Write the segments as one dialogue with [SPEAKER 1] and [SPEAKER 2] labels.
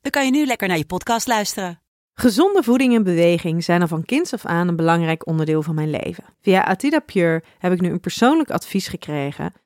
[SPEAKER 1] dan kan je nu lekker naar je podcast luisteren.
[SPEAKER 2] Gezonde voeding en beweging zijn al van kinds af aan een belangrijk onderdeel van mijn leven. Via Atida Pure heb ik nu een persoonlijk advies gekregen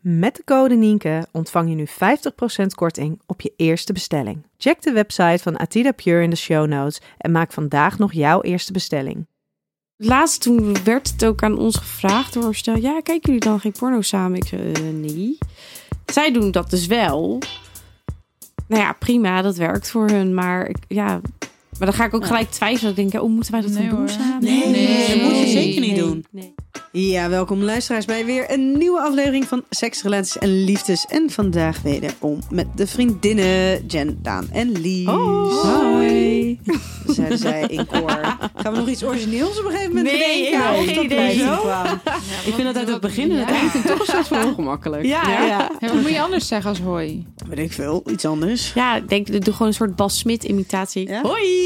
[SPEAKER 2] Met de code Nienke ontvang je nu 50% korting op je eerste bestelling. Check de website van Atida Pure in de show notes en maak vandaag nog jouw eerste bestelling.
[SPEAKER 3] Laatst toen werd het ook aan ons gevraagd door een stel. Ja, kijken jullie dan geen porno samen? Ik zei, eh, nee. Zij doen dat dus wel. Nou ja, prima, dat werkt voor hun. Maar ik, ja, maar dan ga ik ook gelijk twijfelen. Ik denk, ja, oh, moeten wij dat
[SPEAKER 4] Nee,
[SPEAKER 3] dan doen
[SPEAKER 4] hoor.
[SPEAKER 3] samen?
[SPEAKER 4] Nee, Nee. dat moet je zeker niet
[SPEAKER 3] Nee,
[SPEAKER 4] doen.
[SPEAKER 3] nee.
[SPEAKER 5] Ja, welkom luisteraars bij weer een nieuwe aflevering van Seks, Relaties en Liefdes. En vandaag wederom met de vriendinnen Jen, Daan en Lies.
[SPEAKER 3] Hoi.
[SPEAKER 5] Zeiden zij in koor. Gaan we nog iets origineels op een gegeven moment
[SPEAKER 3] Nee,
[SPEAKER 5] bedenken?
[SPEAKER 3] ik heb
[SPEAKER 5] Of
[SPEAKER 3] geen
[SPEAKER 5] dat
[SPEAKER 3] idee.
[SPEAKER 5] blijft niet kwam?
[SPEAKER 4] ik vind dat uit het begin en het
[SPEAKER 6] Ja.
[SPEAKER 4] eind een toch een soort van ongemakkelijk.
[SPEAKER 3] Ja, ja. ja.
[SPEAKER 6] Ja, wat moet je anders zeggen als hoi?
[SPEAKER 5] Weet ik veel, iets anders.
[SPEAKER 3] ik denk, doe gewoon een soort Bas Smit imitatie.
[SPEAKER 5] Ja?
[SPEAKER 3] Hoi.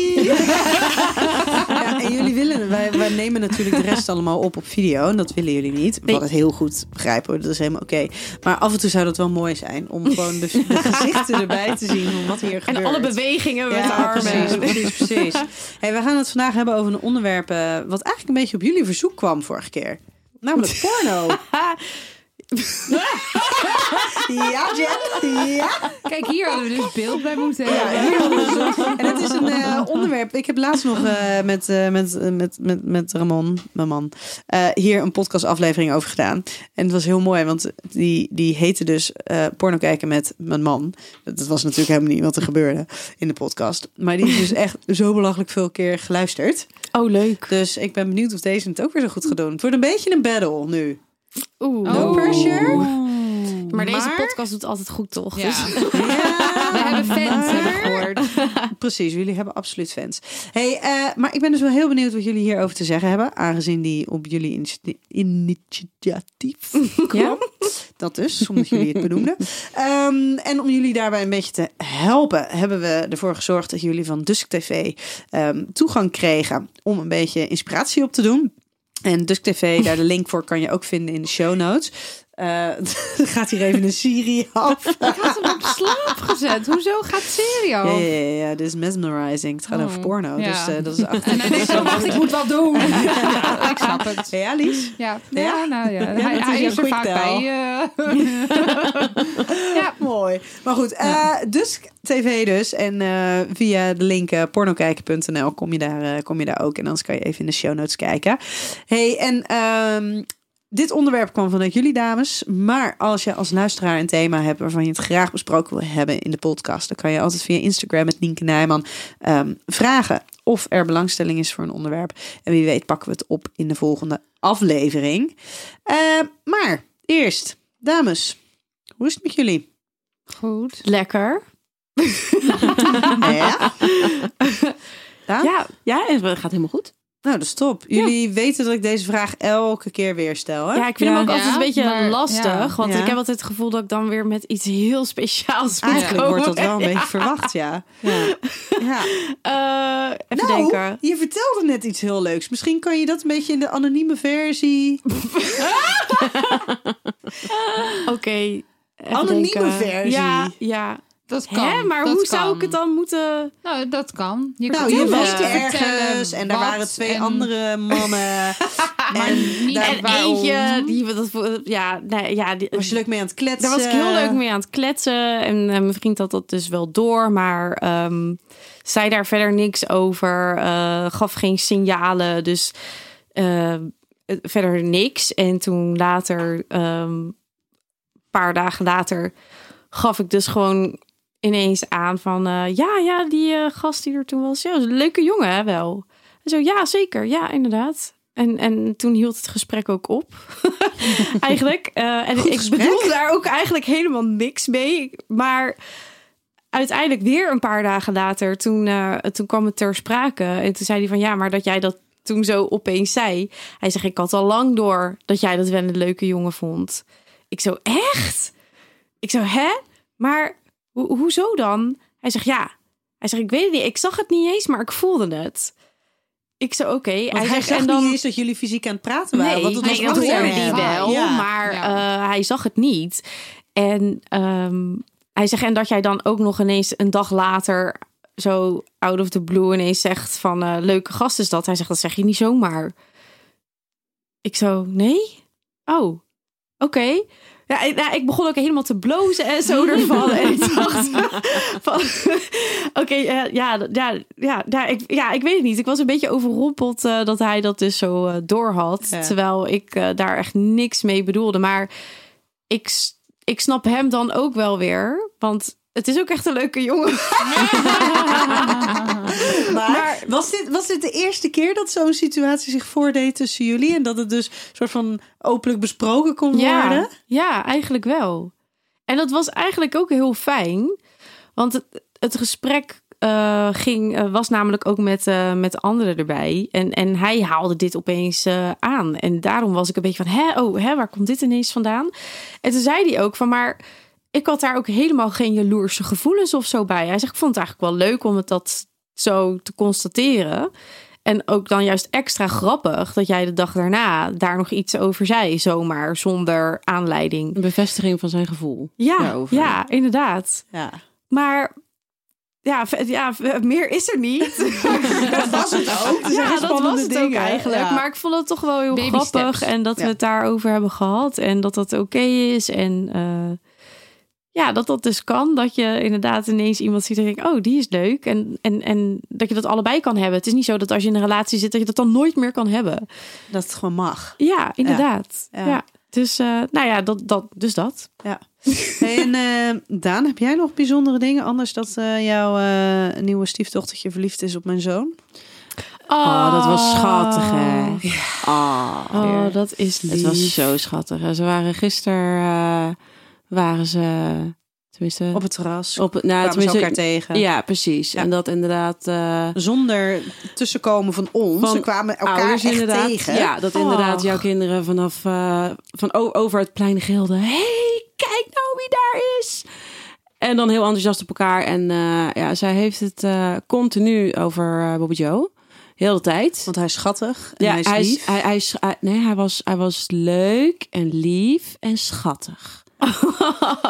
[SPEAKER 5] Ja, en jullie willen, wij, wij nemen natuurlijk de rest allemaal op op video. En dat willen jullie niet.
[SPEAKER 3] Nee.
[SPEAKER 5] Wat het heel goed begrijpen hoor, dat is helemaal oké. Maar af en toe zou dat wel mooi zijn. Om gewoon de, de gezichten erbij te zien van wat hier gebeurt.
[SPEAKER 3] En alle bewegingen met de
[SPEAKER 5] Ja, precies,
[SPEAKER 3] armen.
[SPEAKER 5] precies, precies. Hey, we gaan het vandaag hebben over een onderwerp eh, wat eigenlijk een beetje op jullie verzoek kwam vorige keer. Namelijk porno. ja, Jen. Ja.
[SPEAKER 6] Kijk, hier hadden we dus beeld bij moeten hebben.
[SPEAKER 5] ja hier onderzoek. en het is een eh, onderwerp. Ik heb laatst nog eh, met, eh, met, eh, met, met, met Ramon, mijn man, eh, hier een podcastaflevering over gedaan. En het was heel mooi, want die, die heette dus eh, Porno kijken met mijn man. Dat dat was natuurlijk helemaal niet wat er gebeurde in de podcast. Maar die is dus echt zo belachelijk veel keer geluisterd.
[SPEAKER 3] Oh, leuk.
[SPEAKER 5] Dus ik ben benieuwd of deze het ook weer zo goed gaat doen. Het wordt een beetje een battle nu.
[SPEAKER 3] Oeh.
[SPEAKER 5] No
[SPEAKER 6] Oh.
[SPEAKER 5] pressure.
[SPEAKER 3] Maar deze
[SPEAKER 5] Maar-
[SPEAKER 3] podcast doet altijd goed, toch?
[SPEAKER 6] Ja.
[SPEAKER 3] Dus-
[SPEAKER 5] Ja,
[SPEAKER 6] We hebben fans, heb ik
[SPEAKER 5] maar-
[SPEAKER 6] gehoord.
[SPEAKER 5] Precies, jullie hebben absoluut fans. Hey, eh, maar ik ben dus wel heel benieuwd wat jullie hierover te zeggen hebben. Aangezien die op jullie initi- initiatief kwam. Dat dus, omdat jullie het benoemden. Ehm, en om jullie daarbij een beetje te helpen, hebben we ervoor gezorgd dat jullie van Dusk TV ehm, toegang kregen om een beetje inspiratie op te doen. En Dusk TV, daar de link voor kan je ook vinden in de show notes. Eh, dan gaat hier even een Siri af.
[SPEAKER 6] Ik had hem op slaap gezet. Hoezo gaat serio?
[SPEAKER 5] Ja, ja, ja, ja, dit is mesmerizing. Het gaat
[SPEAKER 6] Oh,
[SPEAKER 5] over porno.
[SPEAKER 6] ja.
[SPEAKER 5] Dus eh, dat is achter.
[SPEAKER 6] En hij denkt dan, wacht, ik moet wat doen. Ja, ik snap het.
[SPEAKER 5] Ja, Lies?
[SPEAKER 6] Ja,
[SPEAKER 5] Ja?
[SPEAKER 6] ja? nou ja.
[SPEAKER 5] Ja,
[SPEAKER 6] hij
[SPEAKER 5] dat is
[SPEAKER 6] hij
[SPEAKER 5] jouw
[SPEAKER 6] is er vaak
[SPEAKER 5] quicktail.
[SPEAKER 6] bij. eh. ja.
[SPEAKER 5] Mooi. Maar goed, eh, dus tv dus. En eh, via de link eh, pornokijken.nl kom, je daar, eh, kom je daar ook. En anders kan je even in de show notes kijken. hey, en ehm, dit onderwerp kwam vanuit jullie dames. Maar als je als luisteraar een thema hebt waarvan je het graag besproken wil hebben in de podcast. Dan kan je altijd via Instagram met Nienke Nijman ehm, vragen of er belangstelling is voor een onderwerp. En wie weet pakken we het op in de volgende aflevering. Eh, maar eerst, dames. Hoe is het met jullie?
[SPEAKER 6] Goed.
[SPEAKER 3] Lekker.
[SPEAKER 5] Ja? Ja?
[SPEAKER 3] Ja,
[SPEAKER 2] Ja, het gaat helemaal goed.
[SPEAKER 5] Nou, dat is top. Jullie weten dat ik deze vraag elke keer weer stel, hè?
[SPEAKER 3] Ja, ik vind hem ook
[SPEAKER 6] Ja,
[SPEAKER 3] altijd een beetje
[SPEAKER 6] maar-
[SPEAKER 3] lastig.
[SPEAKER 6] ja.
[SPEAKER 3] Want
[SPEAKER 5] Ja.
[SPEAKER 3] ik heb altijd het gevoel dat ik dan weer met iets heel speciaals moet
[SPEAKER 5] Eigenlijk
[SPEAKER 3] komen.
[SPEAKER 5] wordt dat wel een beetje verwacht, ja. ja.
[SPEAKER 3] Eh, even
[SPEAKER 5] Nou,
[SPEAKER 3] denken.
[SPEAKER 5] je vertelde net iets heel leuks. Misschien kan je dat een beetje in de anonieme versie...
[SPEAKER 3] Oké. even
[SPEAKER 5] Anonieme
[SPEAKER 3] denken.
[SPEAKER 5] versie.
[SPEAKER 3] Ja, ja.
[SPEAKER 6] Dat kan.
[SPEAKER 3] Hè, maar
[SPEAKER 6] dat
[SPEAKER 3] hoe
[SPEAKER 6] kan.
[SPEAKER 3] zou ik het dan moeten...
[SPEAKER 6] Nou, dat kan. Je
[SPEAKER 5] Nou,
[SPEAKER 6] kan
[SPEAKER 5] je
[SPEAKER 6] wel
[SPEAKER 5] was
[SPEAKER 6] te
[SPEAKER 5] ergens
[SPEAKER 6] vertellen
[SPEAKER 5] en daar
[SPEAKER 6] wat
[SPEAKER 5] waren twee
[SPEAKER 6] en-
[SPEAKER 5] andere mannen.
[SPEAKER 6] Maar niet
[SPEAKER 5] daar-
[SPEAKER 3] en
[SPEAKER 6] waarom.
[SPEAKER 3] eentje, die, dat, vo- ja, nee, ja die,
[SPEAKER 5] Was je leuk mee aan het kletsen?
[SPEAKER 3] daar was ik heel leuk mee aan het kletsen. En eh, mijn vriend had dat dus wel door. Maar ehm zei daar verder niks over. eh, gaf geen signalen. Dus eh, eh, verder niks. En toen later, ehm, een paar dagen later, gaf ik dus gewoon ineens aan van... eh, ja, ja, die eh, gast die er toen was. Ja, was een leuke jongen hè, wel. En zo, ja, zeker. Ja, inderdaad. En, en toen hield het gesprek ook op. eigenlijk. Eh, en ik bedoel daar ook eigenlijk helemaal niks mee. Maar uiteindelijk weer een paar dagen later, toen, eh, toen kwam het ter sprake. En toen zei hij van ja, maar dat jij dat toen zo opeens zei. Hij zegt, ik had al lang door dat jij dat wel een leuke jongen vond. Ik zo, echt? Ik zo, hè? Maar ho- hoezo dan? Hij zegt, ja. Hij zegt, ik weet het niet. Ik zag het niet eens, maar ik voelde het. Ik zo, oké.
[SPEAKER 5] Want hij
[SPEAKER 3] zegt,
[SPEAKER 5] zag
[SPEAKER 3] en dan...
[SPEAKER 5] niet eens dat jullie fysiek aan het praten waren.
[SPEAKER 3] Nee,
[SPEAKER 5] want dat was
[SPEAKER 3] nee, dat
[SPEAKER 5] gewoon
[SPEAKER 3] hoorde
[SPEAKER 5] erg.
[SPEAKER 3] hij wel,
[SPEAKER 5] Ja.
[SPEAKER 3] maar
[SPEAKER 6] Ja.
[SPEAKER 3] eh, hij zag het niet. En ehm, hij zegt, en dat jij dan ook nog ineens een dag later zo out of the blue ineens zegt van eh, leuke gast is dat. Hij zegt, dat zeg je niet zomaar. Ik zo, nee? Oh, oké. Ja, ik, nou, ik begon ook helemaal te blozen en zo ervan. en ik dacht van, oké, eh, ja, d- ja, ja, ja, ik, ja, ik weet het niet. Ik was een beetje overrompeld eh, dat hij dat dus zo eh, door had.
[SPEAKER 5] Ja.
[SPEAKER 3] Terwijl ik eh, daar echt niks mee bedoelde. Maar ik, s- ik snap hem dan ook wel weer. Want het is ook echt een leuke jongen.
[SPEAKER 5] Maar, was, dit, was dit de eerste keer dat zo'n situatie zich voordeed tussen jullie? En dat het dus soort van openlijk besproken kon worden?
[SPEAKER 3] Ja, eigenlijk wel. En dat was eigenlijk ook heel fijn. Want het, het gesprek eh, ging, eh, was namelijk ook met, eh, met anderen erbij. En, en hij haalde dit opeens eh, aan. En daarom was ik een beetje van, hè, oh, hè, waar komt dit ineens vandaan? En toen zei hij ook van, maar ik had daar ook helemaal geen jaloerse gevoelens of zo bij. Hij zegt, ik vond het eigenlijk wel leuk om het dat zo te constateren. En ook dan juist extra grappig dat jij de dag daarna daar nog iets over zei, zomaar zonder aanleiding.
[SPEAKER 4] Een bevestiging van zijn gevoel.
[SPEAKER 3] Ja,
[SPEAKER 4] Daarover.
[SPEAKER 3] ja, inderdaad.
[SPEAKER 5] Ja.
[SPEAKER 3] Maar ja, ve- ja ve- meer is er niet.
[SPEAKER 5] Dat was het ook. Er zijn
[SPEAKER 3] ja, dat
[SPEAKER 5] spannende
[SPEAKER 3] was het ook
[SPEAKER 5] dingen.
[SPEAKER 3] eigenlijk.
[SPEAKER 5] Ja.
[SPEAKER 3] Maar ik vond het toch wel heel
[SPEAKER 6] Baby
[SPEAKER 3] grappig
[SPEAKER 6] steps.
[SPEAKER 3] en dat
[SPEAKER 5] Ja.
[SPEAKER 3] we het daarover hebben gehad en dat dat oké is en eh, ja, dat dat dus kan. Dat je inderdaad ineens iemand ziet en denkt, oh, die is leuk. En, en, en dat je dat allebei kan hebben. Het is niet zo dat als je in een relatie zit, dat je dat dan nooit meer kan hebben.
[SPEAKER 5] Dat het gewoon mag.
[SPEAKER 3] Ja, inderdaad.
[SPEAKER 5] Ja.
[SPEAKER 3] Ja.
[SPEAKER 5] Ja.
[SPEAKER 3] Dus, eh, nou ja, dat, dat, dus dat.
[SPEAKER 5] Ja. Hey, en eh, Daan, heb jij nog bijzondere dingen? Anders dat eh, jouw eh, nieuwe stiefdochtertje verliefd is op mijn zoon?
[SPEAKER 4] Oh, dat was schattig, hè? Oh,
[SPEAKER 3] Oh, dat is lief.
[SPEAKER 4] het was zo schattig. En Ze waren gisteren, eh, waren ze, tenminste...
[SPEAKER 5] Op het terras.
[SPEAKER 4] op het- nou,
[SPEAKER 5] kwamen ze elkaar
[SPEAKER 4] tenminste,
[SPEAKER 5] tegen.
[SPEAKER 4] ja, precies.
[SPEAKER 5] Ja.
[SPEAKER 4] En dat inderdaad... eh,
[SPEAKER 5] Zonder tussenkomen van ons.
[SPEAKER 4] Van
[SPEAKER 5] ze kwamen elkaar
[SPEAKER 4] ouders
[SPEAKER 5] echt
[SPEAKER 4] inderdaad.
[SPEAKER 5] tegen.
[SPEAKER 4] Ja, dat inderdaad jouw kinderen vanaf eh, van o- over het plein gilden. Hé, hey, kijk nou wie daar is. En dan heel enthousiast op elkaar. En eh, ja, zij heeft het eh, continu over eh, Bobby Joe. Heel de tijd.
[SPEAKER 5] Want hij is schattig. En
[SPEAKER 4] ja,
[SPEAKER 5] hij is
[SPEAKER 4] hij,
[SPEAKER 5] lief.
[SPEAKER 4] hij, hij is- hij- nee, hij was, hij was leuk en lief en schattig.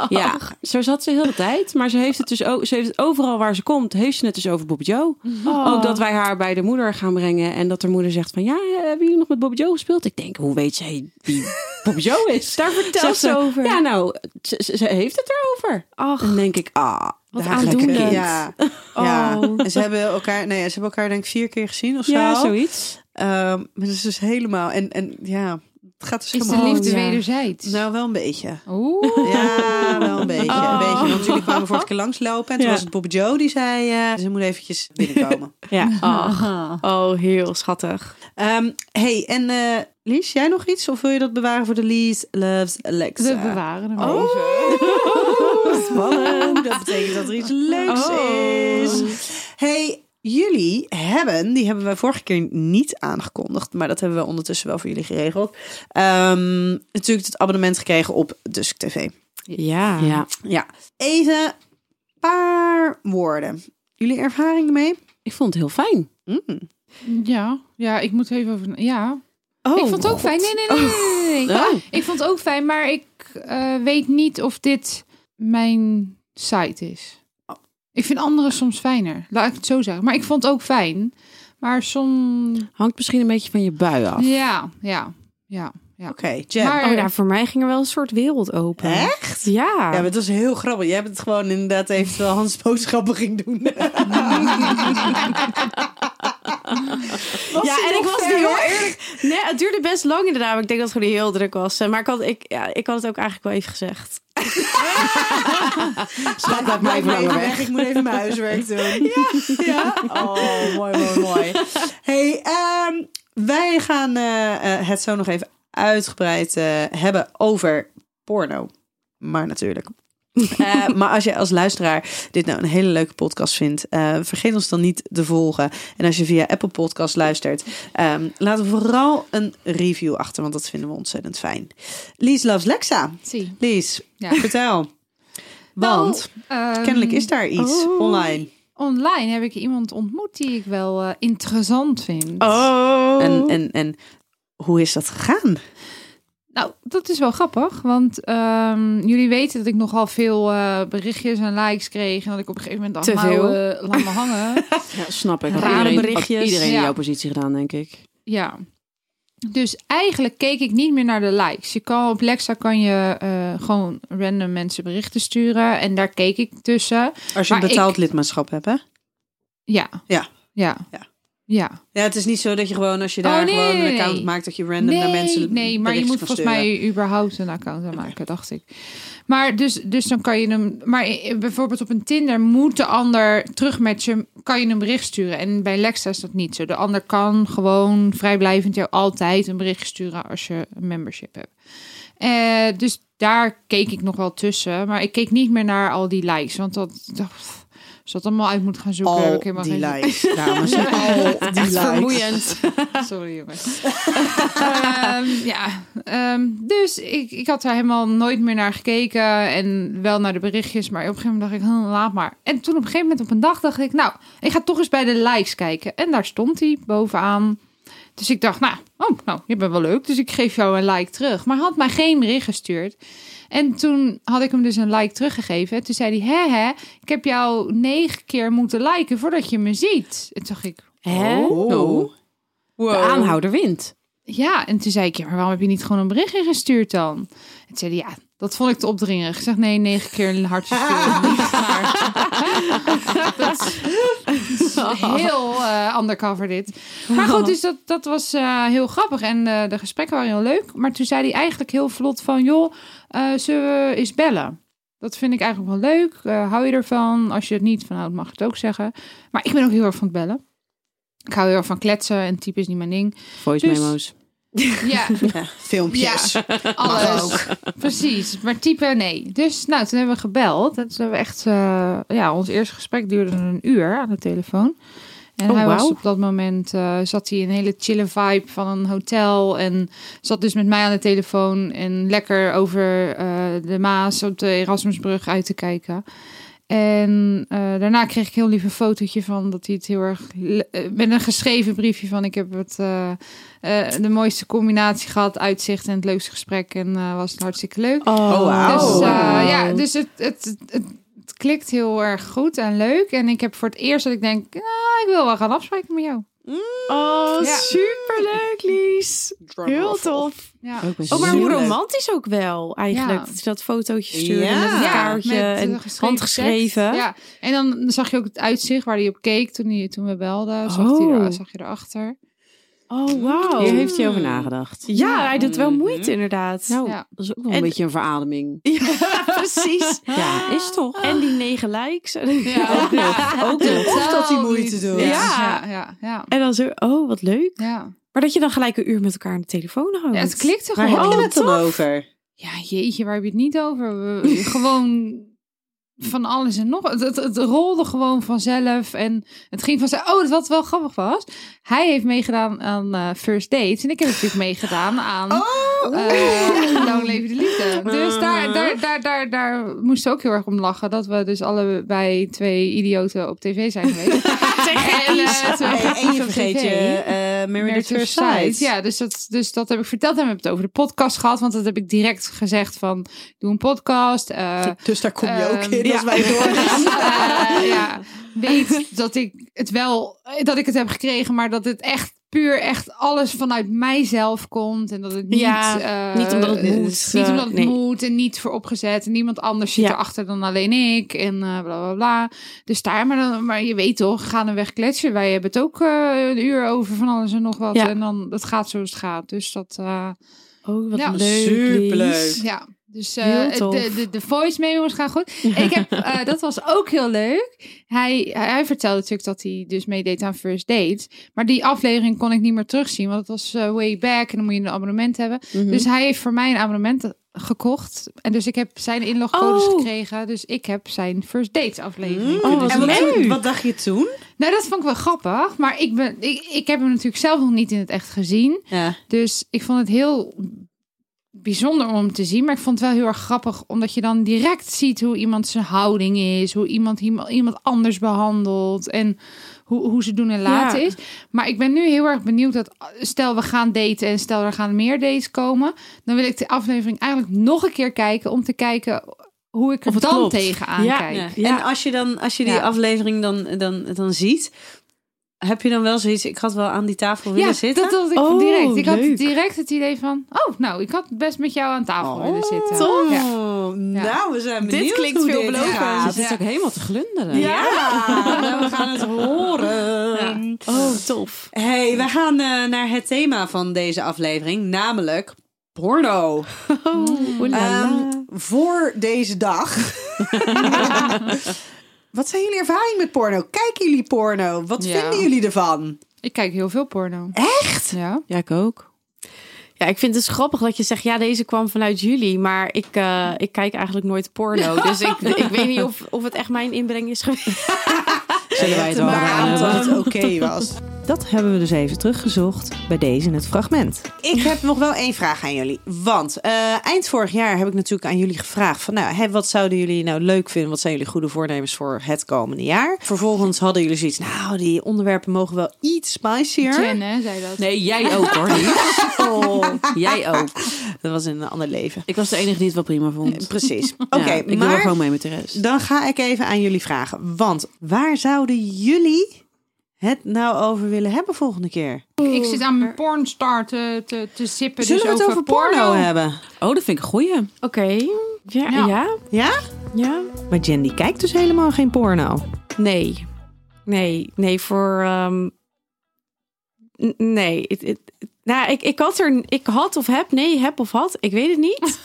[SPEAKER 4] ja, zo zat ze heel de tijd. Maar ze heeft het dus ook, ze heeft het overal waar ze komt, heeft ze het dus over Bobby Joe. Ook dat wij haar bij de moeder gaan brengen. En dat haar moeder zegt van, ja, eh, hebben jullie nog met Bobby Joe gespeeld? Ik denk, hoe weet zij wie Bobby Joe is? Daar vertelt
[SPEAKER 3] ze over.
[SPEAKER 4] Ja, nou, ze, ze- ze heeft het erover.
[SPEAKER 3] Ach,
[SPEAKER 4] Dan denk ik, ah,
[SPEAKER 3] wat
[SPEAKER 4] dagelijke
[SPEAKER 3] aandoenlijk.
[SPEAKER 4] kind.
[SPEAKER 5] Ja. ja.
[SPEAKER 3] Oh.
[SPEAKER 5] En ze hebben elkaar, nee, ze hebben elkaar denk ik vier keer gezien of zo.
[SPEAKER 4] Ja, zoiets.
[SPEAKER 5] Ehm, maar dat is dus helemaal. En, en ja, het gaat dus
[SPEAKER 6] Is de
[SPEAKER 5] helemaal.
[SPEAKER 6] liefde
[SPEAKER 4] ja.
[SPEAKER 6] wederzijds?
[SPEAKER 5] Nou, wel een beetje.
[SPEAKER 6] Oeh.
[SPEAKER 5] Ja, wel een beetje.
[SPEAKER 3] Oh.
[SPEAKER 5] Een beetje. Want jullie kwamen vorige keer langslopen. En toen
[SPEAKER 4] Ja.
[SPEAKER 5] was het Bob Joe die zei... eh, ze moet eventjes binnenkomen.
[SPEAKER 4] Ja.
[SPEAKER 3] Ach, oh, heel schattig.
[SPEAKER 5] Ehm hey, en eh, Lies, jij nog iets? Of wil je dat bewaren voor de Lies Loves Alexa?
[SPEAKER 4] eh,
[SPEAKER 6] We bewaren hem
[SPEAKER 5] Oh.
[SPEAKER 6] even.
[SPEAKER 5] Spannend. Dat betekent dat er iets leuks
[SPEAKER 6] Oh.
[SPEAKER 5] is. Hey, jullie hebben, die hebben wij vorige keer niet aangekondigd, maar dat hebben we ondertussen wel voor jullie geregeld. Ehm, natuurlijk het abonnement gekregen op Dusk TV.
[SPEAKER 3] Ja.
[SPEAKER 4] ja.
[SPEAKER 5] Ja, even een paar woorden. Jullie ervaring ermee?
[SPEAKER 4] Ik vond het heel fijn.
[SPEAKER 5] Mm.
[SPEAKER 6] Ja. ja, ik moet even over... na- Ja, ik vond
[SPEAKER 5] Oh.
[SPEAKER 6] het ook fijn. Nee, nee, nee. nee, nee, nee.
[SPEAKER 4] Oh.
[SPEAKER 6] Ik vond het ook fijn, maar ik eh, weet niet of dit mijn site is. Ik vind anderen soms fijner. Laat ik het zo zeggen. Maar ik vond het ook fijn. Maar soms...
[SPEAKER 4] Hangt misschien een beetje van je bui af.
[SPEAKER 6] Ja, ja, ja.
[SPEAKER 5] Oké, Jen.
[SPEAKER 6] Maar-
[SPEAKER 3] Oh, nou, voor mij ging er wel een soort wereld open.
[SPEAKER 5] Echt?
[SPEAKER 3] Ja.
[SPEAKER 5] Ja, maar het was heel grappig. Jij hebt het gewoon inderdaad eventueel Hans boodschappen ging doen.
[SPEAKER 3] ja, en ik was niet heel eerlijk. Nee, het duurde best lang inderdaad. Maar ik denk dat het gewoon heel druk was. Eh, Maar ik had, ik, ja, ik had het ook eigenlijk wel even gezegd.
[SPEAKER 5] Schat, dat
[SPEAKER 4] blijf langer weg.
[SPEAKER 5] Ik moet even mijn huiswerk doen. Ja. Oh, mooi, mooi, mooi. hey, ehm, wij gaan eh, eh, het zo nog even uitgebreid eh, hebben over porno. Maar natuurlijk. Eh, maar als je als luisteraar dit nou een hele leuke podcast vindt, eh, vergeet ons dan niet te volgen. En als je via Apple Podcast luistert, ehm, laat vooral een review achter, want dat vinden we ontzettend fijn. Lies loves Lexa.
[SPEAKER 6] Zie.
[SPEAKER 5] Lies,
[SPEAKER 6] Ja.
[SPEAKER 5] vertel. Want
[SPEAKER 6] Nou, ehm,
[SPEAKER 5] Kennelijk is daar iets
[SPEAKER 3] oh.
[SPEAKER 5] online.
[SPEAKER 6] Online heb ik iemand ontmoet die ik wel eh, interessant vind.
[SPEAKER 3] Oh.
[SPEAKER 5] En, en, en hoe is dat gegaan?
[SPEAKER 6] Nou, dat is wel grappig, want ehm, jullie weten dat ik nogal veel eh, berichtjes en likes kreeg. En dat ik op een gegeven moment dacht,
[SPEAKER 3] Te veel.
[SPEAKER 6] nou, eh, laat me hangen.
[SPEAKER 4] Ja, snap ik. Had
[SPEAKER 3] Rare
[SPEAKER 4] iedereen, had
[SPEAKER 3] berichtjes.
[SPEAKER 4] iedereen in
[SPEAKER 6] Ja.
[SPEAKER 4] jouw positie gedaan, denk ik.
[SPEAKER 6] ja. Dus eigenlijk keek ik niet meer naar de likes. Je kan, op Lexa kan je eh, gewoon random mensen berichten sturen. En daar keek ik tussen.
[SPEAKER 5] Als je een
[SPEAKER 6] Maar
[SPEAKER 5] betaald
[SPEAKER 6] ik-
[SPEAKER 5] lidmaatschap hebt, hè?
[SPEAKER 6] Ja.
[SPEAKER 5] Ja.
[SPEAKER 6] Ja.
[SPEAKER 5] Ja.
[SPEAKER 6] Ja.
[SPEAKER 5] Ja, het is niet zo dat je gewoon als je
[SPEAKER 6] Oh,
[SPEAKER 5] daar
[SPEAKER 6] nee,
[SPEAKER 5] gewoon een
[SPEAKER 6] nee,
[SPEAKER 5] account
[SPEAKER 6] nee.
[SPEAKER 5] maakt dat je random naar mensen
[SPEAKER 6] Nee, maar je
[SPEAKER 5] berichtjes
[SPEAKER 6] moet
[SPEAKER 5] kan
[SPEAKER 6] volgens
[SPEAKER 5] sturen.
[SPEAKER 6] mij überhaupt een account aanmaken, dacht ik. Maar dus, dus dan kan je hem. Maar i- bijvoorbeeld op een Tinder moet de ander terugmatchen, kan je een bericht sturen. En bij Lexa is dat niet zo. De ander kan gewoon vrijblijvend jou altijd een bericht sturen als je een membership hebt. Eh, dus daar keek ik nog wel tussen. Maar ik keek niet meer naar al die likes. Want dat. dat als dat allemaal uit moet gaan zoeken, heb ik
[SPEAKER 5] Al
[SPEAKER 6] helemaal
[SPEAKER 5] die
[SPEAKER 6] geen zin
[SPEAKER 5] likes, dames. Al die likes.
[SPEAKER 3] Vermoeiend.
[SPEAKER 6] Sorry jongens. Ehm, ja, ehm, dus ik, ik had daar helemaal nooit meer naar gekeken. En wel naar de berichtjes. Maar op een gegeven moment dacht ik, "Hm, laat maar. En toen op een gegeven moment op een dag dacht ik... Nou, ik ga toch eens bij de likes kijken. En daar stond hij bovenaan. Dus ik dacht, nou, oh, nou, je bent wel leuk. Dus ik geef jou een like terug. Maar hij had mij geen bericht gestuurd. En toen had ik hem dus een like teruggegeven. En toen zei hij, hè hè, ik heb jou negen keer moeten liken voordat je me ziet. En toen dacht ik,
[SPEAKER 4] Hè? Oh. De aanhouder wint.
[SPEAKER 6] ja, en toen zei ik, ja, maar waarom heb je niet gewoon een berichtje gestuurd dan? En toen zei hij, ja, dat vond ik te opdringerig. Ik zeg, nee, negen keer een hartje sturen. niet, maar- dat is- dat is een heel eh undercover dit. Maar goed, dus dat, dat was eh, heel grappig. En eh, de gesprekken waren heel leuk. Maar toen zei hij eigenlijk heel vlot van, joh, eh, zullen we eens bellen? Dat vind ik eigenlijk wel leuk. Eh, hou je ervan? Als je het niet van houdt, mag je het ook zeggen. Maar ik ben ook heel erg van het bellen. Ik hou heel erg van kletsen en type is niet mijn ding.
[SPEAKER 4] Voice
[SPEAKER 6] Dus-
[SPEAKER 4] memo's.
[SPEAKER 6] Ja,
[SPEAKER 5] Ja, filmpjes.
[SPEAKER 6] alles. Precies, maar type nee. Dus nou, toen hebben we gebeld. En toen hebben we echt, eh, ja, ons eerste gesprek duurde een uur aan de telefoon. En
[SPEAKER 4] Oh,
[SPEAKER 6] hij was
[SPEAKER 4] wauw.
[SPEAKER 6] op dat moment, eh, zat hij in een hele chille vibe van een hotel. En zat dus met mij aan de telefoon en lekker over eh, de Maas op de Erasmusbrug uit te kijken. En eh, daarna kreeg ik een heel lief een fotootje van dat hij het heel erg... le- eh, met een geschreven briefje van ik heb het... eh, eh, de mooiste combinatie gehad, uitzicht en het leukste gesprek. En eh, was het hartstikke leuk.
[SPEAKER 5] Oh, wauw.
[SPEAKER 6] Dus, eh,
[SPEAKER 4] wauw.
[SPEAKER 6] ja, dus het, het, het, het klikt heel erg goed en leuk. En ik heb voor het eerst dat ik denk, nou, ik wil wel gaan afspreken met jou.
[SPEAKER 3] Oh,
[SPEAKER 6] Ja.
[SPEAKER 3] superleuk, Lies. Heel tof.
[SPEAKER 6] Ja.
[SPEAKER 4] Ook een
[SPEAKER 3] Oh, maar
[SPEAKER 4] zeer
[SPEAKER 3] hoe
[SPEAKER 4] leuk.
[SPEAKER 3] romantisch ook wel, eigenlijk.
[SPEAKER 6] Ja.
[SPEAKER 3] Dat ze dat fotootje stuurde
[SPEAKER 5] Ja.
[SPEAKER 3] met een
[SPEAKER 5] Ja,
[SPEAKER 3] kaartje
[SPEAKER 6] met, eh,
[SPEAKER 3] en
[SPEAKER 6] geschreven
[SPEAKER 3] handgeschreven.
[SPEAKER 6] tekst. Ja, en dan zag je ook het uitzicht waar hij op keek toen, hij, toen we belden. Zag, hij
[SPEAKER 3] Oh.
[SPEAKER 6] er, zag je erachter.
[SPEAKER 3] Oh, wauw.
[SPEAKER 4] Hier heeft hij over nagedacht.
[SPEAKER 3] Ja, hij doet
[SPEAKER 5] Mhm.
[SPEAKER 3] wel moeite inderdaad.
[SPEAKER 4] Nou,
[SPEAKER 6] Ja.
[SPEAKER 4] dat is ook wel een
[SPEAKER 3] En-
[SPEAKER 4] beetje een verademing.
[SPEAKER 3] Ja, precies.
[SPEAKER 4] Ja, is toch?
[SPEAKER 3] En die negen likes.
[SPEAKER 6] Ja,
[SPEAKER 4] Ook nog.
[SPEAKER 5] Of dat hij moeite doet.
[SPEAKER 6] Ja,
[SPEAKER 3] Ja.
[SPEAKER 6] ja, ja. ja.
[SPEAKER 3] En dan zo, oh, wat leuk.
[SPEAKER 6] ja.
[SPEAKER 3] Maar dat je dan gelijk een uur met elkaar aan de telefoon houdt.
[SPEAKER 6] het klikte
[SPEAKER 5] Waar
[SPEAKER 6] gewoon.
[SPEAKER 4] oh,
[SPEAKER 5] heb je het dan over?
[SPEAKER 6] Ja, jeetje, waar heb je het niet over? We- gewoon van alles en nog. Het, het, het rolde gewoon vanzelf. En het ging vanzelf. Oh, wat wel grappig was. Hij heeft meegedaan aan eh, First Dates. En ik heb natuurlijk meegedaan aan...
[SPEAKER 5] Oh,
[SPEAKER 6] eh, Lang leven de liefde. Dus
[SPEAKER 5] Uh-huh.
[SPEAKER 6] daar, daar, daar, daar, daar moest ze ook heel erg om lachen. Dat we dus allebei twee idioten op tv zijn geweest. en, eh, twee
[SPEAKER 5] Hey, en je
[SPEAKER 6] op
[SPEAKER 5] vergeet
[SPEAKER 6] tv.
[SPEAKER 5] je eh Married at
[SPEAKER 6] Married
[SPEAKER 5] First
[SPEAKER 6] at First
[SPEAKER 5] Sight.
[SPEAKER 6] Sight. Ja, dus dat, dus dat heb ik verteld. En we hebben het over de podcast gehad. Want dat heb ik direct gezegd van... ik Doe een podcast. eh,
[SPEAKER 5] Dus daar kom je ook
[SPEAKER 6] Ehm,
[SPEAKER 5] in als
[SPEAKER 6] ja.
[SPEAKER 5] wij doorgaan.
[SPEAKER 6] eh, ja, weet dat ik het wel... Dat ik het heb gekregen, maar dat het echt puur echt alles vanuit mijzelf komt. En dat het niet...
[SPEAKER 3] Ja,
[SPEAKER 6] eh,
[SPEAKER 3] niet omdat het moet. eh,
[SPEAKER 6] niet omdat het
[SPEAKER 3] Nee.
[SPEAKER 6] moet en niet voor opgezet. En niemand anders zit
[SPEAKER 3] Ja.
[SPEAKER 6] erachter dan alleen ik. En eh, bla, bla, bla. Dus daar, maar, dan, maar je weet toch, gaandeweg kletsen. Wij hebben het ook eh, een uur over van alles en nog wat.
[SPEAKER 3] Ja.
[SPEAKER 6] En dan, het gaat zoals het gaat. Dus dat... eh,
[SPEAKER 3] Oh, wat
[SPEAKER 6] Ja.
[SPEAKER 3] leuk.
[SPEAKER 5] Superleuk.
[SPEAKER 3] Lies.
[SPEAKER 6] ja, dus eh,
[SPEAKER 3] Heel tof.
[SPEAKER 6] de, de, de voice memo's gaan goed. Ik heb, eh, dat was ook heel leuk. Hij, hij vertelde natuurlijk dat hij dus meedeed aan First Date. Maar die aflevering kon ik niet meer terugzien, want het was eh, way back en dan moet je een abonnement hebben.
[SPEAKER 3] Mhm.
[SPEAKER 6] Dus hij heeft voor mij een abonnement eh, gekocht. En dus ik heb zijn inlogcodes
[SPEAKER 3] Oh.
[SPEAKER 6] gekregen. Dus ik heb zijn First Date aflevering.
[SPEAKER 5] Mm.
[SPEAKER 3] wat
[SPEAKER 5] en wat,
[SPEAKER 3] leuk.
[SPEAKER 5] wat dacht je toen?
[SPEAKER 6] Nou, dat vond ik wel grappig. Maar ik, ben, ik, ik heb hem natuurlijk zelf nog niet in het echt gezien.
[SPEAKER 5] Ja.
[SPEAKER 6] Dus ik vond het heel bijzonder om hem te zien. Maar ik vond het wel heel erg grappig. Omdat je dan direct ziet hoe iemand zijn houding is. Hoe iemand iem- iemand anders behandelt. En hoe, hoe ze doen en laten
[SPEAKER 3] Ja.
[SPEAKER 6] is. Maar ik ben nu heel erg benieuwd dat... Stel we gaan daten en stel er gaan meer dates komen. Dan wil ik de aflevering eigenlijk nog een keer kijken. Om te kijken hoe ik
[SPEAKER 3] Of
[SPEAKER 6] er
[SPEAKER 3] het
[SPEAKER 6] dan
[SPEAKER 3] klopt.
[SPEAKER 6] tegenaan
[SPEAKER 3] Ja.
[SPEAKER 6] Ah, kijk.
[SPEAKER 3] Ja.
[SPEAKER 5] En als je, dan, als je die
[SPEAKER 6] Ja.
[SPEAKER 5] aflevering dan, dan, dan ziet, heb je dan wel zoiets, ik had wel aan die tafel willen
[SPEAKER 6] Ja,
[SPEAKER 5] zitten?
[SPEAKER 6] dat had ik
[SPEAKER 3] Oh,
[SPEAKER 6] direct. Ik
[SPEAKER 3] leuk.
[SPEAKER 6] had direct het idee van... Oh, nou, ik had best met jou aan tafel willen zitten.
[SPEAKER 5] Oh,
[SPEAKER 6] Ja.
[SPEAKER 5] Nou, we zijn benieuwd
[SPEAKER 3] klinkt
[SPEAKER 5] hoe dit
[SPEAKER 3] veelbelovend.
[SPEAKER 5] gaat.
[SPEAKER 4] Het is ook helemaal te glunderen.
[SPEAKER 5] Eh, Ja, nou, we gaan het horen.
[SPEAKER 3] Oh, tof.
[SPEAKER 5] Hey, we gaan eh, naar het thema van deze aflevering, namelijk porno. Ehm, voor deze dag. Wat zijn jullie ervaring met porno? Kijken jullie porno? Wat
[SPEAKER 6] Ja.
[SPEAKER 5] vinden jullie ervan?
[SPEAKER 6] Ik kijk heel veel porno.
[SPEAKER 5] Echt?
[SPEAKER 6] Ja.
[SPEAKER 4] Ja, ik ook.
[SPEAKER 3] Ja, ik vind het dus grappig dat je zegt, ja, deze kwam vanuit jullie, maar ik, eh, ik kijk eigenlijk nooit porno. Dus ik, ik weet niet of, of het echt mijn inbreng is geweest.
[SPEAKER 5] Zullen wij het wel
[SPEAKER 3] Maar,
[SPEAKER 5] aan
[SPEAKER 3] ehm,
[SPEAKER 5] dat het oké was?
[SPEAKER 2] Dat hebben we dus even teruggezocht bij deze in het fragment.
[SPEAKER 5] Ik heb nog wel één vraag aan jullie. Want eh, eind vorig jaar heb ik natuurlijk aan jullie gevraagd: van nou, hè, wat zouden jullie nou leuk vinden? Wat zijn jullie goede voornemens voor het komende jaar? Vervolgens hadden jullie zoiets, nou, die onderwerpen mogen wel iets spicier.
[SPEAKER 6] Jen, hè, zei dat.
[SPEAKER 4] Nee, jij ook hoor. lief. Oh, jij ook.
[SPEAKER 5] Dat was in een ander leven.
[SPEAKER 4] Ik was de enige die het wel prima vond.
[SPEAKER 5] Precies. Oké,
[SPEAKER 4] Ja, ik doe wel
[SPEAKER 5] maar
[SPEAKER 4] gewoon mee met de rest.
[SPEAKER 5] dan ga ik even aan jullie vragen. Want waar zouden jullie het nou over willen hebben volgende keer?
[SPEAKER 6] Ik zit aan mijn pornstar te, te, te zippen.
[SPEAKER 5] Zullen
[SPEAKER 6] dus
[SPEAKER 5] we het over porno, hebben?
[SPEAKER 4] Oh, dat vind ik een goeie.
[SPEAKER 3] Oké, ja,
[SPEAKER 6] Ja.
[SPEAKER 3] ja, ja,
[SPEAKER 5] Ja?
[SPEAKER 2] Maar Jen die kijkt dus helemaal geen porno.
[SPEAKER 3] Nee, nee, nee, voor, ehm, n- nee. Het- het- nou, ik, ik had er, ik had of heb, nee, heb of had, ik weet het niet.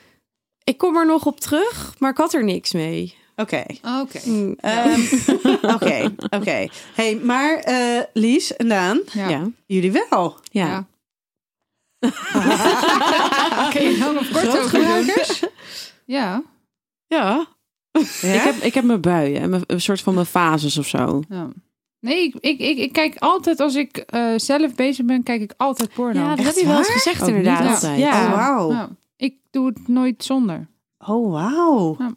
[SPEAKER 3] ik kom er nog op terug, maar ik had er niks mee.
[SPEAKER 5] Oké.
[SPEAKER 6] Oh, Oké.
[SPEAKER 3] Hm,
[SPEAKER 5] Ehm, Oké, oké. Hey, maar eh, Lies en Daan,
[SPEAKER 6] Ja.
[SPEAKER 3] ja.
[SPEAKER 5] jullie wel.
[SPEAKER 3] Ja.
[SPEAKER 6] Ja. Oké, lang of kort over doen. Ja.
[SPEAKER 3] Ja.
[SPEAKER 4] Ik, heb, ik heb mijn buien en mijn, een soort van mijn fases of zo.
[SPEAKER 6] ja. Nee, ik, ik, ik, ik kijk altijd als ik eh, zelf bezig ben, kijk ik altijd porno.
[SPEAKER 3] Ja, dat
[SPEAKER 5] Echt
[SPEAKER 3] heb je wel eens
[SPEAKER 5] waar?
[SPEAKER 3] gezegd
[SPEAKER 4] Ook niet
[SPEAKER 3] inderdaad.
[SPEAKER 4] altijd.
[SPEAKER 3] Ja.
[SPEAKER 5] Oh, wauw.
[SPEAKER 6] Ja. Ik doe het nooit zonder.
[SPEAKER 5] Oh, wauw.
[SPEAKER 6] Ja.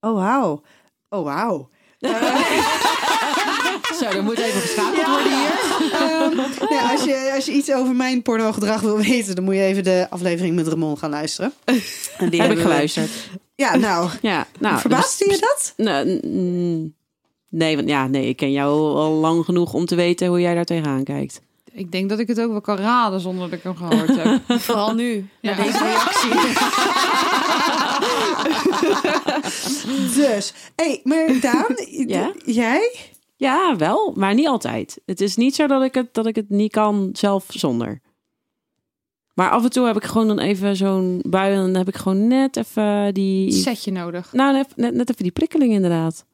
[SPEAKER 5] Oh, wauw. Oh, wauw.
[SPEAKER 4] Zo, dan moet even geschakeld worden hier.
[SPEAKER 5] Ehm, ja, als, je, als je iets over mijn pornogedrag wil weten, dan moet je even de aflevering met Ramon gaan luisteren. En die
[SPEAKER 4] Heb ik
[SPEAKER 5] hebben we-
[SPEAKER 4] geluisterd.
[SPEAKER 5] Ja, nou.
[SPEAKER 4] Ja, nou.
[SPEAKER 5] Verbaasde je dat?
[SPEAKER 4] dus- nou, mm, nee, want ja, nee, ik ken jou al lang genoeg om te weten hoe jij daar tegenaan kijkt.
[SPEAKER 6] Ik denk dat ik het ook wel kan raden zonder dat ik hem gehoord heb.
[SPEAKER 3] Vooral nu.
[SPEAKER 6] Ja.
[SPEAKER 3] na deze reactie.
[SPEAKER 5] Dus. Hé, hey, maar Daan,
[SPEAKER 4] Ja?
[SPEAKER 5] d- jij?
[SPEAKER 4] Ja, wel, maar niet altijd. Het is niet zo dat ik het, dat ik het niet kan zelf zonder. Maar af en toe heb ik gewoon dan even zo'n bui en dan heb ik gewoon net even die...
[SPEAKER 6] Setje nodig.
[SPEAKER 4] Nou, net, net, net even die prikkeling inderdaad.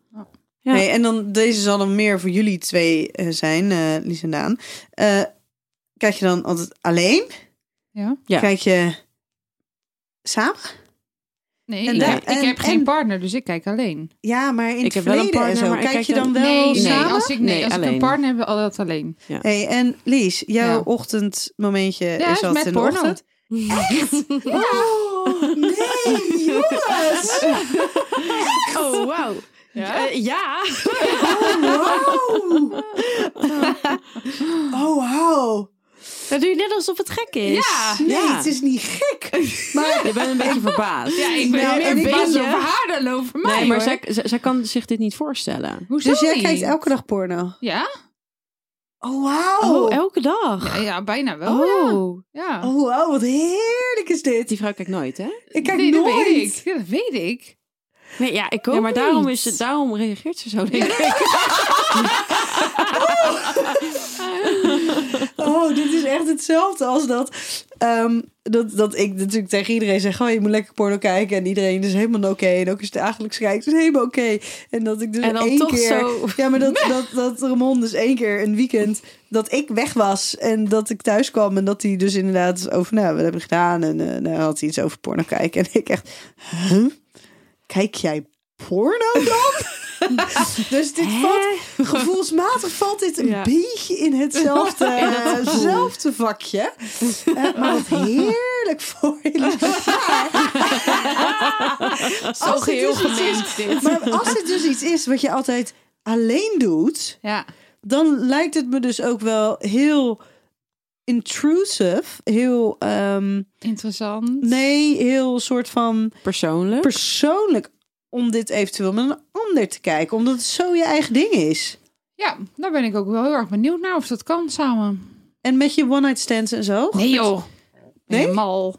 [SPEAKER 4] Ja.
[SPEAKER 5] Nee, en dan, deze zal dan meer voor jullie twee eh, zijn, eh, Lies en Daan. Eh, kijk je dan altijd alleen?
[SPEAKER 6] Ja.
[SPEAKER 4] Ja.
[SPEAKER 5] Kijk je samen?
[SPEAKER 6] Nee,
[SPEAKER 5] En
[SPEAKER 6] ik,
[SPEAKER 5] daar-
[SPEAKER 6] ik
[SPEAKER 5] en-
[SPEAKER 6] heb geen
[SPEAKER 5] en-
[SPEAKER 6] partner, dus ik kijk alleen.
[SPEAKER 5] Ja, maar in het
[SPEAKER 4] Ik heb wel een
[SPEAKER 5] verleden en
[SPEAKER 4] partner,
[SPEAKER 5] zo.
[SPEAKER 4] maar ik
[SPEAKER 5] Kijk,
[SPEAKER 4] kijk
[SPEAKER 5] je dan
[SPEAKER 4] dan-
[SPEAKER 5] wel
[SPEAKER 6] nee,
[SPEAKER 5] samen?
[SPEAKER 6] Nee, als ik, nee,
[SPEAKER 4] Nee,
[SPEAKER 6] als ik
[SPEAKER 4] alleen.
[SPEAKER 6] een partner heb, wil dat alleen.
[SPEAKER 5] Hey, en Lies, jouw
[SPEAKER 6] Ja.
[SPEAKER 5] ochtendmomentje
[SPEAKER 6] Ja,
[SPEAKER 5] is
[SPEAKER 6] is
[SPEAKER 5] altijd
[SPEAKER 6] met
[SPEAKER 5] in de
[SPEAKER 6] porno.
[SPEAKER 5] ochtend. Echt? Oh, nee, jongens.
[SPEAKER 3] Oh, wauw. Ja? ja.
[SPEAKER 5] Oh, wow. Oh, wow.
[SPEAKER 3] Dat doe je net alsof het gek is.
[SPEAKER 5] Nee,
[SPEAKER 4] Ja.
[SPEAKER 5] het is niet gek. Maar
[SPEAKER 4] Je bent een beetje verbaasd.
[SPEAKER 6] Ja, ik ben
[SPEAKER 5] Nou, en ik
[SPEAKER 6] meer baas
[SPEAKER 5] ben je.
[SPEAKER 6] over haar dan over mij.
[SPEAKER 4] Nee, maar
[SPEAKER 6] hoor.
[SPEAKER 4] zij, zij, zij kan zich dit niet voorstellen.
[SPEAKER 6] Hoezo
[SPEAKER 5] dus jij
[SPEAKER 6] niet?
[SPEAKER 5] kijkt elke dag porno?
[SPEAKER 6] Ja?
[SPEAKER 5] Oh, wauw.
[SPEAKER 3] Oh,
[SPEAKER 5] Oh,
[SPEAKER 3] elke dag.
[SPEAKER 6] Ja, ja, bijna wel. ja.
[SPEAKER 3] Oh,
[SPEAKER 6] Ja.
[SPEAKER 5] wauw, wat heerlijk is dit.
[SPEAKER 4] Die vrouw kijkt nooit, hè?
[SPEAKER 5] Ik kijk
[SPEAKER 6] Nee, dat
[SPEAKER 5] nooit.
[SPEAKER 6] weet ik. Ja, dat weet ik.
[SPEAKER 3] nee, ja, ik ook
[SPEAKER 4] Ja, maar daarom,
[SPEAKER 3] niet.
[SPEAKER 4] is het, daarom reageert ze zo. Denk ik.
[SPEAKER 5] Oh, dit is echt hetzelfde als dat, ehm, dat, dat ik natuurlijk tegen iedereen zeg... Oh, je moet lekker porno kijken. En iedereen is helemaal oké. En ook als je dagelijks kijkt, is helemaal oké. En dat ik dus
[SPEAKER 3] En dan
[SPEAKER 5] één
[SPEAKER 3] toch
[SPEAKER 5] keer...
[SPEAKER 3] zo.
[SPEAKER 5] Ja, maar dat, dat, dat Ramon dus één keer een weekend dat ik weg was en dat ik thuis kwam en dat hij dus inderdaad over, nou, wat heb ik gedaan? En eh nou had hij iets over porno kijken. En ik echt, huh? Kijk jij porno dan? dus dit valt, gevoelsmatig valt dit een
[SPEAKER 3] Ja.
[SPEAKER 5] beetje in hetzelfde, hetzelfde vakje. Eh, maar wat heerlijk voor jullie.
[SPEAKER 6] Zo
[SPEAKER 5] dit
[SPEAKER 6] geheel
[SPEAKER 5] dus iets
[SPEAKER 6] gemengd dit.
[SPEAKER 5] Maar als het dus iets is wat je altijd alleen doet,
[SPEAKER 6] Ja.
[SPEAKER 5] dan lijkt het me dus ook wel heel intrusive, heel ehm,
[SPEAKER 6] Interessant.
[SPEAKER 5] nee, heel soort van
[SPEAKER 4] Persoonlijk.
[SPEAKER 5] persoonlijk om dit eventueel met een ander te kijken, omdat het zo je eigen ding is.
[SPEAKER 6] Ja, daar ben ik ook wel heel erg benieuwd naar of dat kan samen.
[SPEAKER 5] En met je one night stands en zo.
[SPEAKER 6] Nee joh.
[SPEAKER 5] Nee?
[SPEAKER 6] Helemaal.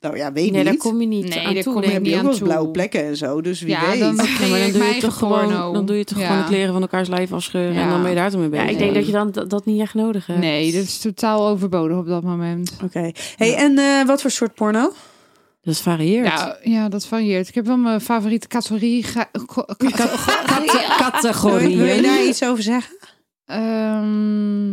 [SPEAKER 5] Nou ja, weet
[SPEAKER 3] Nee,
[SPEAKER 5] niet.
[SPEAKER 3] daar kom je niet
[SPEAKER 6] Nee,
[SPEAKER 3] aan
[SPEAKER 6] daar
[SPEAKER 3] toe.
[SPEAKER 6] kom
[SPEAKER 5] Dan
[SPEAKER 6] je
[SPEAKER 5] heb
[SPEAKER 6] niet
[SPEAKER 5] je ook
[SPEAKER 6] aan
[SPEAKER 5] wel eens
[SPEAKER 6] toe.
[SPEAKER 5] blauwe plekken en zo, dus wie
[SPEAKER 6] Ja,
[SPEAKER 5] weet.
[SPEAKER 6] dan
[SPEAKER 4] Ja, maar
[SPEAKER 6] creëer
[SPEAKER 4] dan
[SPEAKER 6] ik mijn
[SPEAKER 4] doe, je
[SPEAKER 6] eigen
[SPEAKER 4] toch gewoon,
[SPEAKER 6] porno.
[SPEAKER 4] dan doe je toch
[SPEAKER 6] Ja.
[SPEAKER 4] gewoon de kleren van elkaars lijf afscheuren.
[SPEAKER 6] Ja.
[SPEAKER 4] En dan ben je daar toch mee
[SPEAKER 3] Ja,
[SPEAKER 4] bezig.
[SPEAKER 3] ik denk dat je dan dat, dat niet echt nodig hebt.
[SPEAKER 6] Nee, dat is totaal overbodig op dat moment.
[SPEAKER 5] Oké. Hey, en eh, wat voor soort porno?
[SPEAKER 4] Dat varieert.
[SPEAKER 6] Ja, ja, dat varieert. Ik heb wel mijn favoriete categorie. ga- ko- ka-
[SPEAKER 5] Wil je, wil je
[SPEAKER 4] Categorieën.
[SPEAKER 5] daar iets over zeggen?
[SPEAKER 6] Ehm,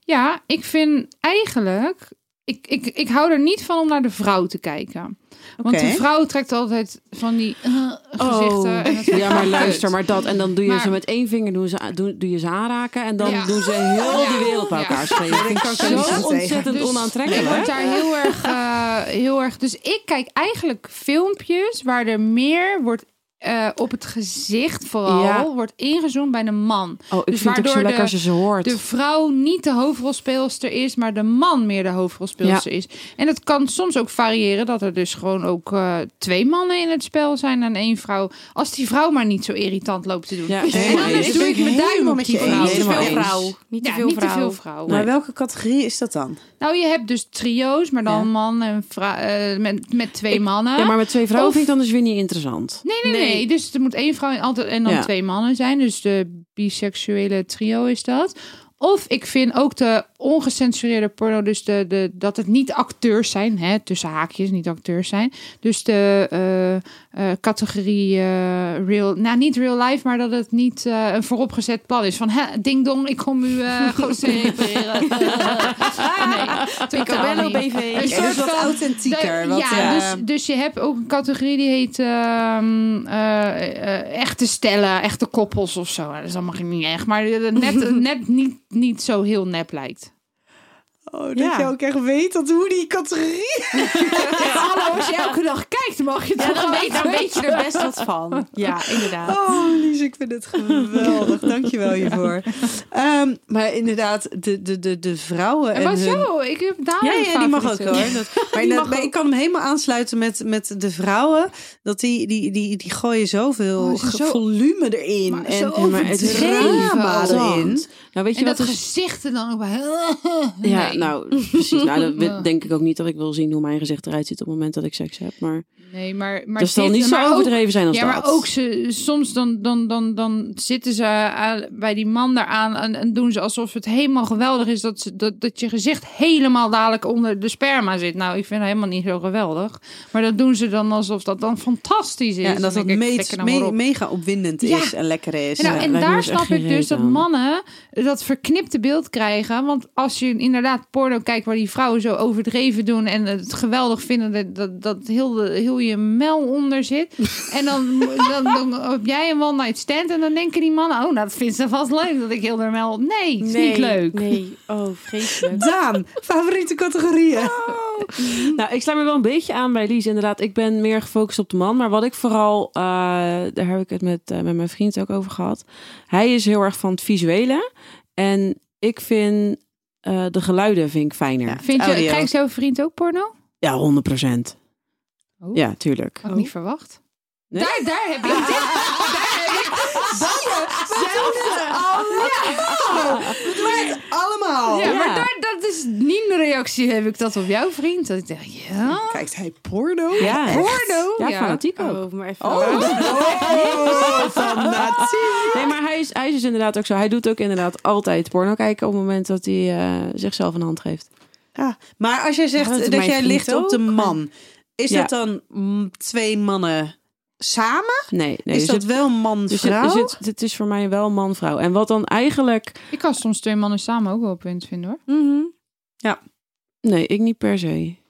[SPEAKER 6] ja, ik vind eigenlijk. Ik, ik, ik hou er niet van om naar de vrouw te kijken. Want
[SPEAKER 5] Oké.
[SPEAKER 6] de vrouw trekt altijd van die eh, gezichten. en dat vind ik
[SPEAKER 4] Oh. Ja, maar
[SPEAKER 6] kut.
[SPEAKER 4] luister, maar dat. En dan doe je
[SPEAKER 6] Maar-
[SPEAKER 4] ze met één vinger doen ze, doen, doe je ze aanraken. En dan
[SPEAKER 6] Ja.
[SPEAKER 4] doen ze heel
[SPEAKER 6] Ja.
[SPEAKER 4] de wereld bij
[SPEAKER 6] Ja.
[SPEAKER 4] elkaar schreeuwen. Dat vind ik
[SPEAKER 6] Zo
[SPEAKER 4] zo
[SPEAKER 5] tegen.
[SPEAKER 4] ontzettend
[SPEAKER 6] Dus Ik
[SPEAKER 4] onaantrekkelijk.
[SPEAKER 6] word daar heel erg, eh, heel erg. Dus ik kijk eigenlijk filmpjes waar er meer wordt eh, op het gezicht vooral
[SPEAKER 4] Ja.
[SPEAKER 6] wordt ingezoomd bij de man.
[SPEAKER 4] Oh, ik
[SPEAKER 6] Dus
[SPEAKER 4] vind het ook zo
[SPEAKER 6] waardoor
[SPEAKER 4] lekker
[SPEAKER 6] de-
[SPEAKER 4] als je ze hoort.
[SPEAKER 6] De vrouw niet de hoofdrolspeelster is, maar de man meer de hoofdrolspeelster is. En dat kan soms ook variëren dat er dus gewoon ook eh, twee mannen in het spel zijn en één vrouw. Als die vrouw maar niet zo irritant loopt te doen. Dus
[SPEAKER 4] Ja,
[SPEAKER 6] en
[SPEAKER 4] helemaal
[SPEAKER 6] anders
[SPEAKER 4] eens.
[SPEAKER 6] doe ik mijn duim
[SPEAKER 5] Helemaal
[SPEAKER 6] op
[SPEAKER 5] met
[SPEAKER 6] die
[SPEAKER 5] je
[SPEAKER 6] vrouw.
[SPEAKER 4] eens.
[SPEAKER 6] Te veel
[SPEAKER 4] Helemaal eens.
[SPEAKER 6] vrouw.
[SPEAKER 3] Niet te
[SPEAKER 6] Ja,
[SPEAKER 3] veel
[SPEAKER 6] niet te
[SPEAKER 3] vrouw.
[SPEAKER 6] veel vrouwen.
[SPEAKER 5] Maar welke categorie is dat dan?
[SPEAKER 6] Nou, je hebt dus trio's, maar dan man en vrou- eh, met, met twee mannen.
[SPEAKER 4] Ja, maar met twee vrouwen
[SPEAKER 6] Of-
[SPEAKER 4] vind ik dan dus weer niet interessant.
[SPEAKER 6] Nee, nee, nee, Dus er moet één vrouw en, altijd, en dan
[SPEAKER 4] Ja.
[SPEAKER 6] twee mannen zijn. Dus de biseksuele trio is dat. Of ik vind ook de ongecensureerde porno, dus de, de, dat het niet acteurs zijn, hè, tussen haakjes niet acteurs zijn. Dus de eh, eh, categorie eh, real, nou niet real life, maar dat het niet eh, een vooropgezet plan is. Van hè, ding dong, ik kom u eh gozer repareren. nee,
[SPEAKER 3] Cabello
[SPEAKER 6] totaal niet.
[SPEAKER 3] BV.
[SPEAKER 6] Een
[SPEAKER 5] Oké, dus
[SPEAKER 6] soort
[SPEAKER 5] wat
[SPEAKER 6] van-
[SPEAKER 5] authentieker.
[SPEAKER 6] de-
[SPEAKER 5] wat,
[SPEAKER 6] ja,
[SPEAKER 5] eh,
[SPEAKER 6] dus, dus je hebt ook een categorie die heet ehm, eh, eh, echte stellen, echte koppels of zo. Dat is allemaal niet echt, maar net, net niet, niet zo heel nep lijkt.
[SPEAKER 5] Oh, dat
[SPEAKER 4] Ja.
[SPEAKER 5] je ook echt weet dat hoe die categorie...
[SPEAKER 3] Hallo, als je elke dag kijkt, mag je toch? Dan weet, dan weet je er best wat van. Ja, inderdaad.
[SPEAKER 5] Oh, Lies, ik vind het geweldig. Dankjewel hiervoor. Ehm, maar inderdaad, de, de, de, de vrouwen
[SPEAKER 6] En
[SPEAKER 5] en
[SPEAKER 6] wat
[SPEAKER 5] hun...
[SPEAKER 6] zo? Ik heb daar
[SPEAKER 5] Ja,
[SPEAKER 6] een
[SPEAKER 5] ja, die mag ook
[SPEAKER 6] favoriete.
[SPEAKER 5] hoor. Dat, maar inderdaad, maar ik kan hem helemaal aansluiten met, met de vrouwen. Dat die, die, die, die gooien zoveel
[SPEAKER 6] Oh, ze zo-
[SPEAKER 5] volume erin.
[SPEAKER 6] Maar
[SPEAKER 5] en
[SPEAKER 6] zo
[SPEAKER 5] Ja, maar het
[SPEAKER 6] overdreven
[SPEAKER 5] drama
[SPEAKER 6] irritant.
[SPEAKER 5] erin.
[SPEAKER 4] Nou, weet je
[SPEAKER 6] En
[SPEAKER 4] wat
[SPEAKER 6] dat
[SPEAKER 4] is?
[SPEAKER 6] gezicht er dan ook bij.
[SPEAKER 4] Ja,
[SPEAKER 6] Nee.
[SPEAKER 4] nou, precies. Nou, dat
[SPEAKER 6] Ja.
[SPEAKER 4] denk ik ook niet dat ik wil zien hoe mijn gezicht eruit ziet op het moment dat ik seks heb. Maar,
[SPEAKER 6] Nee, maar, maar
[SPEAKER 4] dat zal
[SPEAKER 6] dit-
[SPEAKER 4] niet zo
[SPEAKER 6] maar ook-
[SPEAKER 4] overdreven zijn als
[SPEAKER 6] ja,
[SPEAKER 4] dat.
[SPEAKER 6] maar ook ze, soms dan, dan, dan, dan zitten ze aan- bij die man daaraan en, en doen ze alsof het helemaal geweldig is dat, ze, dat, dat je gezicht helemaal dadelijk onder de sperma zit. Nou, ik vind dat helemaal niet zo geweldig. Maar dat doen ze dan alsof dat dan fantastisch is.
[SPEAKER 5] Ja, en dat
[SPEAKER 6] Dan
[SPEAKER 5] dat
[SPEAKER 6] denk ik,
[SPEAKER 5] meet-
[SPEAKER 6] flikker nou maar
[SPEAKER 5] me-
[SPEAKER 6] op.
[SPEAKER 5] mega opwindend
[SPEAKER 6] Ja.
[SPEAKER 5] is en lekker is.
[SPEAKER 6] Nou,
[SPEAKER 5] Ja.
[SPEAKER 6] en
[SPEAKER 4] lijkt me
[SPEAKER 6] daar
[SPEAKER 4] dus echt
[SPEAKER 6] snap ik
[SPEAKER 4] geen
[SPEAKER 6] dus
[SPEAKER 4] reet
[SPEAKER 6] dat
[SPEAKER 4] aan.
[SPEAKER 6] mannen dat verknipte beeld krijgen. Want als je inderdaad porno kijkt waar die vrouwen zo overdreven doen en het geweldig vinden dat, dat, dat heel, de- heel je mel onder zit. En dan, dan, dan heb jij een one night stand en dan denken die mannen, oh nou dat vindt ze vast leuk dat ik heel de mel... Nee, het is niet leuk.
[SPEAKER 3] Nee, oh, vreselijk.
[SPEAKER 5] Daan, favoriete categorieën.
[SPEAKER 4] Nou, ik sluit me wel een beetje aan bij Lies. Inderdaad, ik ben meer gefocust op de man. Maar wat ik vooral, eh, daar heb ik het met, eh, met mijn vriend ook over gehad. Hij is heel erg van het visuele. En ik vind eh, de geluiden vind ik fijner. Ja,
[SPEAKER 6] Vind je,
[SPEAKER 5] Audio.
[SPEAKER 6] krijgt jouw vriend ook porno?
[SPEAKER 4] 100%.
[SPEAKER 6] Oh.
[SPEAKER 4] Ja, tuurlijk.
[SPEAKER 6] Had ik niet verwacht. Oh. Daar, daar heb
[SPEAKER 5] Ah.
[SPEAKER 6] ik dit.
[SPEAKER 5] Allemaal.
[SPEAKER 6] Ja, maar daar, dat is niet mijn reactie. Heb ik dat op jouw vriend? Dat ik denk, ja.
[SPEAKER 5] Kijkt hij porno?
[SPEAKER 4] Ja,
[SPEAKER 6] Porno?
[SPEAKER 4] ja,
[SPEAKER 6] Ja.
[SPEAKER 4] fanatiek ook.
[SPEAKER 3] Oh, maar even.
[SPEAKER 5] Oh, oh, fanatiek.
[SPEAKER 4] Nee, maar hij is, hij is dus inderdaad ook zo. Hij doet ook inderdaad altijd porno kijken op het moment dat hij eh, zichzelf een hand geeft.
[SPEAKER 5] Ja, maar als jij zegt
[SPEAKER 4] Ja, dat is
[SPEAKER 5] dat,
[SPEAKER 4] mijn
[SPEAKER 5] jij
[SPEAKER 4] vriend
[SPEAKER 5] ligt op de
[SPEAKER 4] ook.
[SPEAKER 5] man, is
[SPEAKER 4] Ja.
[SPEAKER 5] dat dan mm, twee mannen samen?
[SPEAKER 4] Nee, nee
[SPEAKER 5] is
[SPEAKER 4] dus
[SPEAKER 5] dat
[SPEAKER 4] het-
[SPEAKER 5] wel man-vrouw?
[SPEAKER 4] dus het- dus het, het is voor mij wel man-vrouw. En wat dan eigenlijk
[SPEAKER 6] Ik kan soms twee mannen samen ook wel opwindend vinden hoor.
[SPEAKER 5] Mhm.
[SPEAKER 4] Nee, ik niet per se.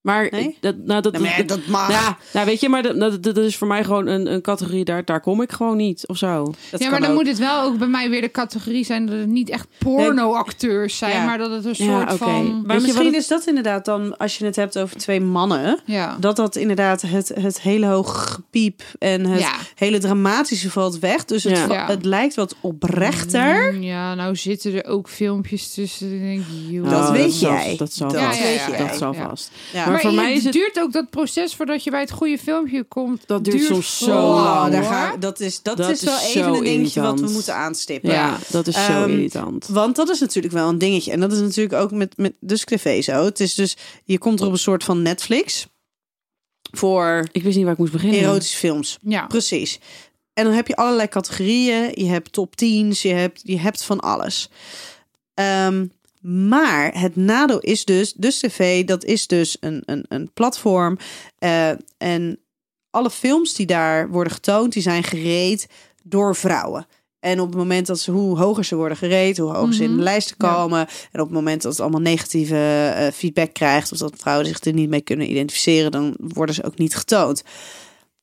[SPEAKER 4] Maar
[SPEAKER 5] Nee?
[SPEAKER 4] dat, nou, dat,
[SPEAKER 5] Nou, maar ja, dat mag.
[SPEAKER 4] Ja, nou, weet je, maar dat, dat, dat is voor mij gewoon een, een categorie, daar, daar kom ik gewoon niet of zo.
[SPEAKER 5] Dat
[SPEAKER 6] ja,
[SPEAKER 5] kan
[SPEAKER 6] maar dan
[SPEAKER 5] ook.
[SPEAKER 6] moet het wel ook bij mij weer de categorie zijn dat het niet echt pornoacteurs zijn,
[SPEAKER 5] Ja.
[SPEAKER 6] maar dat het een soort
[SPEAKER 4] Ja, oké.
[SPEAKER 6] van.
[SPEAKER 5] Maar
[SPEAKER 4] Weet je
[SPEAKER 5] misschien
[SPEAKER 4] wat
[SPEAKER 5] is dat inderdaad dan, als je het hebt over twee mannen,
[SPEAKER 6] Ja.
[SPEAKER 5] dat dat inderdaad het, het hele hoog gepiep en het
[SPEAKER 6] Ja.
[SPEAKER 5] hele dramatische valt weg. Dus het,
[SPEAKER 4] Ja.
[SPEAKER 5] va-
[SPEAKER 6] Ja.
[SPEAKER 5] het lijkt wat oprechter.
[SPEAKER 6] Mm, Ja, nou zitten er ook filmpjes tussen. Ik Denk, joh.
[SPEAKER 5] Oh,
[SPEAKER 6] Oh,
[SPEAKER 5] Dat
[SPEAKER 4] Nou,
[SPEAKER 5] weet
[SPEAKER 4] zal-
[SPEAKER 5] jij.
[SPEAKER 4] Dat zal
[SPEAKER 5] Dat
[SPEAKER 4] vast.
[SPEAKER 5] weet jij.
[SPEAKER 4] Dat zal
[SPEAKER 6] Ja.
[SPEAKER 4] vast.
[SPEAKER 5] Ja.
[SPEAKER 4] Maar,
[SPEAKER 6] maar
[SPEAKER 4] voor mij is het...
[SPEAKER 6] duurt ook dat proces voordat je bij het goede filmpje komt.
[SPEAKER 4] Dat duurt soms zo
[SPEAKER 6] lang,
[SPEAKER 4] lang,
[SPEAKER 5] daar
[SPEAKER 6] hoor.
[SPEAKER 5] ga- dat is, dat
[SPEAKER 4] Dat
[SPEAKER 5] is wel
[SPEAKER 4] is zo
[SPEAKER 5] even een dingetje wat we
[SPEAKER 4] irritant.
[SPEAKER 5] moeten aanstippen.
[SPEAKER 4] Ja, dat is zo
[SPEAKER 5] Ehm,
[SPEAKER 4] irritant.
[SPEAKER 5] Want dat is natuurlijk wel een dingetje. En dat is natuurlijk ook met, met dus tv zo. Het is dus, je komt er op een soort van Netflix voor
[SPEAKER 4] Ik wist niet waar ik moest beginnen.
[SPEAKER 5] erotische films.
[SPEAKER 6] Ja.
[SPEAKER 5] Precies. En dan heb je allerlei categorieën. Je hebt top 10's, je hebt, je hebt van alles. Ehm, maar het nadeel is dus, dus tv, dat is dus een, een, een platform. eh, en alle films die daar worden getoond, die zijn gereed door vrouwen. En op het moment dat ze, hoe hoger ze worden gereed, hoe hoger ze in de
[SPEAKER 6] Mhm.
[SPEAKER 5] lijsten
[SPEAKER 6] Ja.
[SPEAKER 5] komen. En op het moment dat het allemaal negatieve eh, feedback krijgt, of dat vrouwen zich er niet mee kunnen identificeren, dan worden ze ook niet getoond.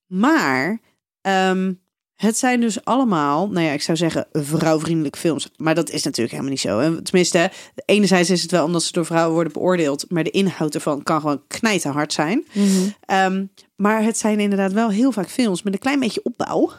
[SPEAKER 5] Maar ehm, het zijn dus allemaal, nou ja, ik zou zeggen vrouwvriendelijke films. Maar dat is natuurlijk helemaal niet zo. En Tenminste, enerzijds is het wel omdat ze door vrouwen worden beoordeeld. Maar de inhoud ervan kan gewoon knijterhard zijn.
[SPEAKER 3] Mhm.
[SPEAKER 5] Ehm, maar het zijn inderdaad wel heel vaak films met een klein beetje opbouw.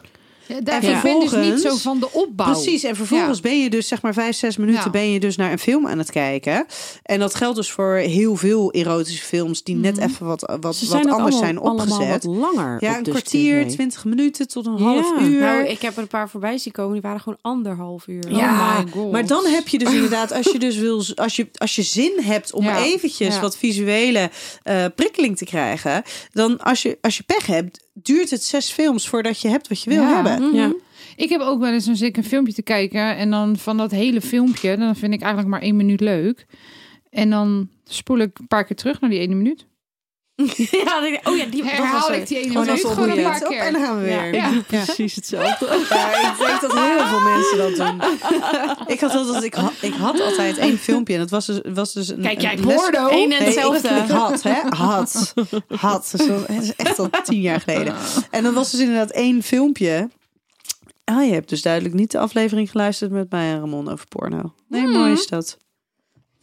[SPEAKER 6] Ja, daar,
[SPEAKER 5] En
[SPEAKER 6] Ik ben dus niet
[SPEAKER 5] vervolgens-
[SPEAKER 6] zo van de opbouw.
[SPEAKER 5] Precies, en vervolgens ben je dus zeg maar vijf, zes minuten
[SPEAKER 6] Ja.
[SPEAKER 5] ben je dus naar een film aan het kijken. En dat geldt dus voor heel veel erotische films die net even wat, wat, wat
[SPEAKER 4] Mhm. Ze
[SPEAKER 5] anders
[SPEAKER 4] zijn het allemaal,
[SPEAKER 5] zijn
[SPEAKER 4] allemaal
[SPEAKER 5] opgezet.
[SPEAKER 4] wat langer
[SPEAKER 5] ja,
[SPEAKER 4] op
[SPEAKER 5] een
[SPEAKER 4] dus
[SPEAKER 5] kwartier,
[SPEAKER 4] tv.
[SPEAKER 5] twintig minuten tot een half
[SPEAKER 4] Ja.
[SPEAKER 5] uur.
[SPEAKER 3] Nou, ik heb er een paar voorbij zien komen. Die waren gewoon anderhalf uur.
[SPEAKER 6] Ja.
[SPEAKER 3] Oh my
[SPEAKER 6] my god.
[SPEAKER 5] Maar dan heb je dus inderdaad, als je dus wil, als je, als je zin hebt om
[SPEAKER 6] Ja,
[SPEAKER 5] eventjes
[SPEAKER 6] ja.
[SPEAKER 5] wat visuele eh, prikkeling te krijgen, dan als je, als je pech hebt, duurt het zes films voordat je hebt wat je wil
[SPEAKER 6] Ja. Mm,
[SPEAKER 5] hebben.
[SPEAKER 4] Mhm. Ja.
[SPEAKER 6] Ik heb ook wel eens een zeker filmpje te kijken. En dan van dat hele filmpje, dan vind ik eigenlijk maar één minuut leuk. En dan spoel ik een paar keer terug naar die ene minuut.
[SPEAKER 3] Ja, dan denk ik, oh ja, die dat was
[SPEAKER 6] Herhaal
[SPEAKER 3] er.
[SPEAKER 6] ik die ene
[SPEAKER 5] Gewoon
[SPEAKER 6] minuut
[SPEAKER 5] als
[SPEAKER 6] gewoon een
[SPEAKER 5] opboeien.
[SPEAKER 6] paar
[SPEAKER 5] Op
[SPEAKER 6] keer.
[SPEAKER 5] en dan gaan we weer.
[SPEAKER 6] Ja.
[SPEAKER 4] Precies hetzelfde.
[SPEAKER 5] Ja, ik denk dat heel veel mensen dat doen. Ik had altijd, ik had, ik had altijd één filmpje en dat was dus, was dus een.
[SPEAKER 6] Kijk jij
[SPEAKER 5] een les-
[SPEAKER 6] porno?
[SPEAKER 3] Eén en
[SPEAKER 5] Nee,
[SPEAKER 3] hetzelfde.
[SPEAKER 5] Ik, ik had, hè? Had. Had. Dus dat het is echt al tien jaar geleden.
[SPEAKER 6] Ah.
[SPEAKER 5] En dan was dus inderdaad één filmpje. Ah, je hebt dus duidelijk niet de aflevering geluisterd met mij en Ramon over porno. Nee, mooi is dat. Fijn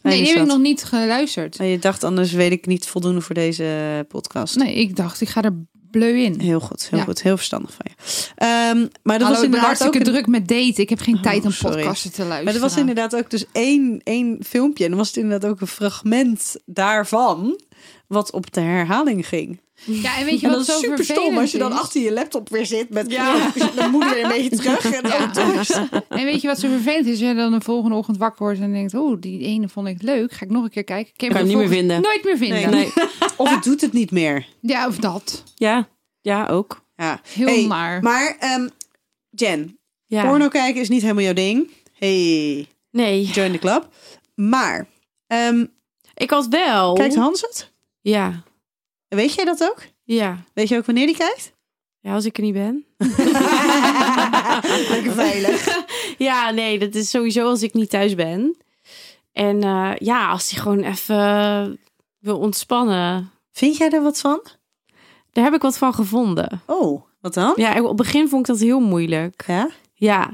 [SPEAKER 6] Hmm. Nee,
[SPEAKER 5] is
[SPEAKER 6] die heb ik
[SPEAKER 5] dat.
[SPEAKER 6] nog niet geluisterd.
[SPEAKER 5] En je dacht, anders weet ik niet voldoende voor deze podcast.
[SPEAKER 6] Nee, ik dacht, ik ga er bleu in.
[SPEAKER 5] Heel goed, heel
[SPEAKER 6] Ja.
[SPEAKER 5] goed. Heel verstandig van je. Ehm, maar
[SPEAKER 6] Hallo,
[SPEAKER 5] dat was
[SPEAKER 6] ik ben
[SPEAKER 5] inderdaad ook
[SPEAKER 6] hartstikke
[SPEAKER 5] een- Oh,
[SPEAKER 6] druk met daten. Ik heb geen tijd om
[SPEAKER 5] sorry.
[SPEAKER 6] podcasten te luisteren.
[SPEAKER 5] Maar er was inderdaad ook dus één, één filmpje. En dan was het inderdaad ook een fragment daarvan. Wat op de herhaling ging.
[SPEAKER 6] Ja, en weet je
[SPEAKER 5] en
[SPEAKER 6] wat
[SPEAKER 5] dat is
[SPEAKER 6] zo
[SPEAKER 5] super stom als je dan
[SPEAKER 6] vervelend is?
[SPEAKER 5] achter je laptop weer zit. Met dan moet je weer een beetje terug. En dan
[SPEAKER 6] Ja. En weet je wat zo vervelend is? Als je dan de volgende ochtend wakker wordt en denkt... oh, die ene vond ik leuk. Ga ik nog een keer kijken. Ik heb
[SPEAKER 4] Kan
[SPEAKER 6] hem
[SPEAKER 4] niet meer
[SPEAKER 6] volgens-
[SPEAKER 4] vinden.
[SPEAKER 6] Nooit meer vinden.
[SPEAKER 4] Nee.
[SPEAKER 5] Of het doet het niet meer.
[SPEAKER 6] Ja, of dat.
[SPEAKER 4] Ja, ja ook.
[SPEAKER 5] Ja.
[SPEAKER 6] Heel
[SPEAKER 5] Hey,
[SPEAKER 6] maar.
[SPEAKER 5] Maar ehm, Jen,
[SPEAKER 3] Ja.
[SPEAKER 5] porno kijken is niet helemaal jouw ding. Hey,
[SPEAKER 3] Nee,
[SPEAKER 5] join the club. Maar, ehm,
[SPEAKER 3] ik had wel.
[SPEAKER 5] kijkt Hans het?
[SPEAKER 3] ja,
[SPEAKER 5] Weet jij dat ook?
[SPEAKER 3] ja.
[SPEAKER 5] Weet je ook wanneer die kijkt?
[SPEAKER 3] Ja, als ik er niet ben.
[SPEAKER 5] Lekker veilig.
[SPEAKER 3] Ja, nee, dat is sowieso als ik niet thuis ben. En eh, ja, als hij gewoon even eh, wil ontspannen.
[SPEAKER 5] Vind jij er wat van?
[SPEAKER 3] Daar heb ik wat van gevonden.
[SPEAKER 5] Oh, wat dan?
[SPEAKER 3] Ja, op het begin vond ik dat heel moeilijk.
[SPEAKER 5] Ja?
[SPEAKER 3] Ja,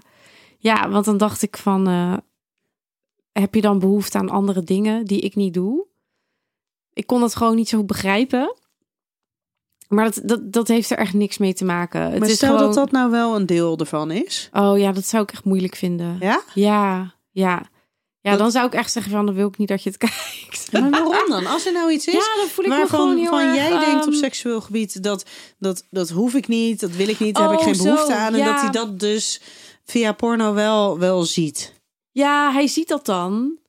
[SPEAKER 3] ja want dan dacht ik van... eh, heb je dan behoefte aan andere dingen die ik niet doe? Ik kon dat gewoon niet zo goed begrijpen. Maar dat, dat, dat heeft er echt niks mee te maken. Het
[SPEAKER 5] maar
[SPEAKER 3] is
[SPEAKER 5] stel
[SPEAKER 3] gewoon...
[SPEAKER 5] dat dat nou wel een deel ervan is.
[SPEAKER 3] Oh ja, dat zou ik echt moeilijk vinden.
[SPEAKER 5] Ja?
[SPEAKER 3] Ja, ja. Ja,
[SPEAKER 5] Dat-
[SPEAKER 3] dan zou ik echt zeggen van, dan wil ik niet dat je het kijkt.
[SPEAKER 5] Maar waarom dan? Als er nou iets is
[SPEAKER 3] Ja, dan voel ik me
[SPEAKER 5] waarvan
[SPEAKER 3] gewoon heel
[SPEAKER 5] van
[SPEAKER 3] erg,
[SPEAKER 5] jij denkt op
[SPEAKER 3] ehm,
[SPEAKER 5] seksueel gebied dat, dat dat hoef ik niet, dat wil ik niet, daar heb
[SPEAKER 3] Oh,
[SPEAKER 5] ik geen behoefte
[SPEAKER 3] zo,
[SPEAKER 5] aan. En
[SPEAKER 3] ja.
[SPEAKER 5] dat hij dat dus via porno wel, wel ziet.
[SPEAKER 3] Ja, hij ziet dat dan.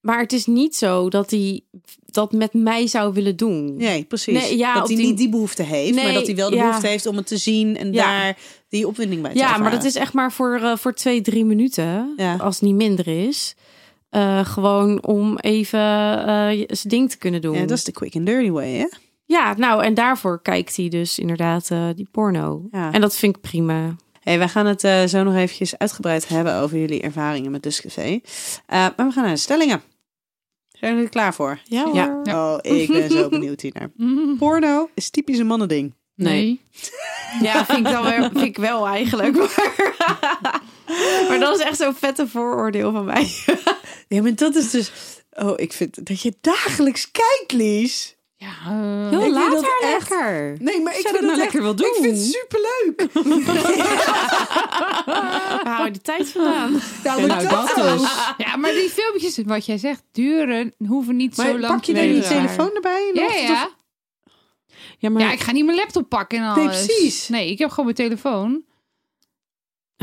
[SPEAKER 3] Maar het is niet zo dat hij dat met mij zou willen doen.
[SPEAKER 5] Nee, precies.
[SPEAKER 3] Nee, ja,
[SPEAKER 5] dat
[SPEAKER 3] op
[SPEAKER 5] hij
[SPEAKER 3] die-
[SPEAKER 5] niet die behoefte heeft, maar
[SPEAKER 3] Nee,
[SPEAKER 5] dat hij wel de
[SPEAKER 3] ja.
[SPEAKER 5] behoefte heeft om het te zien en
[SPEAKER 3] Ja.
[SPEAKER 5] daar die opwinding bij te
[SPEAKER 3] Ja, maar
[SPEAKER 5] ervaren.
[SPEAKER 3] dat is echt maar voor, eh, voor twee, drie minuten.
[SPEAKER 5] Ja.
[SPEAKER 3] Als het niet minder is. Eh, gewoon om even eh, je- zijn ding te kunnen doen.
[SPEAKER 5] Ja, dat is de quick and dirty way, hè?
[SPEAKER 3] Ja, nou, en daarvoor kijkt hij dus inderdaad eh, die porno.
[SPEAKER 5] Ja.
[SPEAKER 3] En dat vind ik prima.
[SPEAKER 5] Hey, wij gaan het eh, zo nog eventjes uitgebreid hebben over jullie ervaringen met Discafé. Eh, maar we gaan naar de stellingen. Zijn jullie er klaar voor?
[SPEAKER 3] Ja,
[SPEAKER 5] Ja. Oh, ik ben zo benieuwd hiernaar.
[SPEAKER 6] Mm,
[SPEAKER 5] Porno is typisch een mannending.
[SPEAKER 6] nee.
[SPEAKER 3] Ja, vind ik, dan weer, vind ik wel eigenlijk. Maar, maar dat is echt zo'n vette vooroordeel van mij.
[SPEAKER 5] Ja, maar dat is dus... Oh, ik vind dat je dagelijks kijkt, Lies.
[SPEAKER 6] Ja, eh,
[SPEAKER 5] Ik
[SPEAKER 3] Heel
[SPEAKER 5] vind
[SPEAKER 3] laat
[SPEAKER 5] dat
[SPEAKER 3] haar
[SPEAKER 5] echt-
[SPEAKER 3] lekker.
[SPEAKER 5] Nee, maar ik
[SPEAKER 4] dat
[SPEAKER 5] vind
[SPEAKER 4] nou
[SPEAKER 5] het echt-
[SPEAKER 4] lekker wel doen.
[SPEAKER 5] Ik vind het superleuk.
[SPEAKER 3] We houden die tijd vandaan.
[SPEAKER 5] Nou, maar
[SPEAKER 4] Nou, dat
[SPEAKER 5] ook.
[SPEAKER 4] dus.
[SPEAKER 6] ja, maar die filmpjes, wat jij zegt, duren, hoeven niet
[SPEAKER 5] Maar
[SPEAKER 6] zo lang
[SPEAKER 5] pak je
[SPEAKER 6] te
[SPEAKER 5] dan je
[SPEAKER 6] duren.
[SPEAKER 5] telefoon erbij? in de
[SPEAKER 6] Ja,
[SPEAKER 5] ochtend
[SPEAKER 6] ja.
[SPEAKER 5] of-
[SPEAKER 4] Ja, maar
[SPEAKER 6] Ja, ik ga niet mijn laptop pakken en alles.
[SPEAKER 5] Nee, precies.
[SPEAKER 6] Nee, ik heb gewoon mijn telefoon.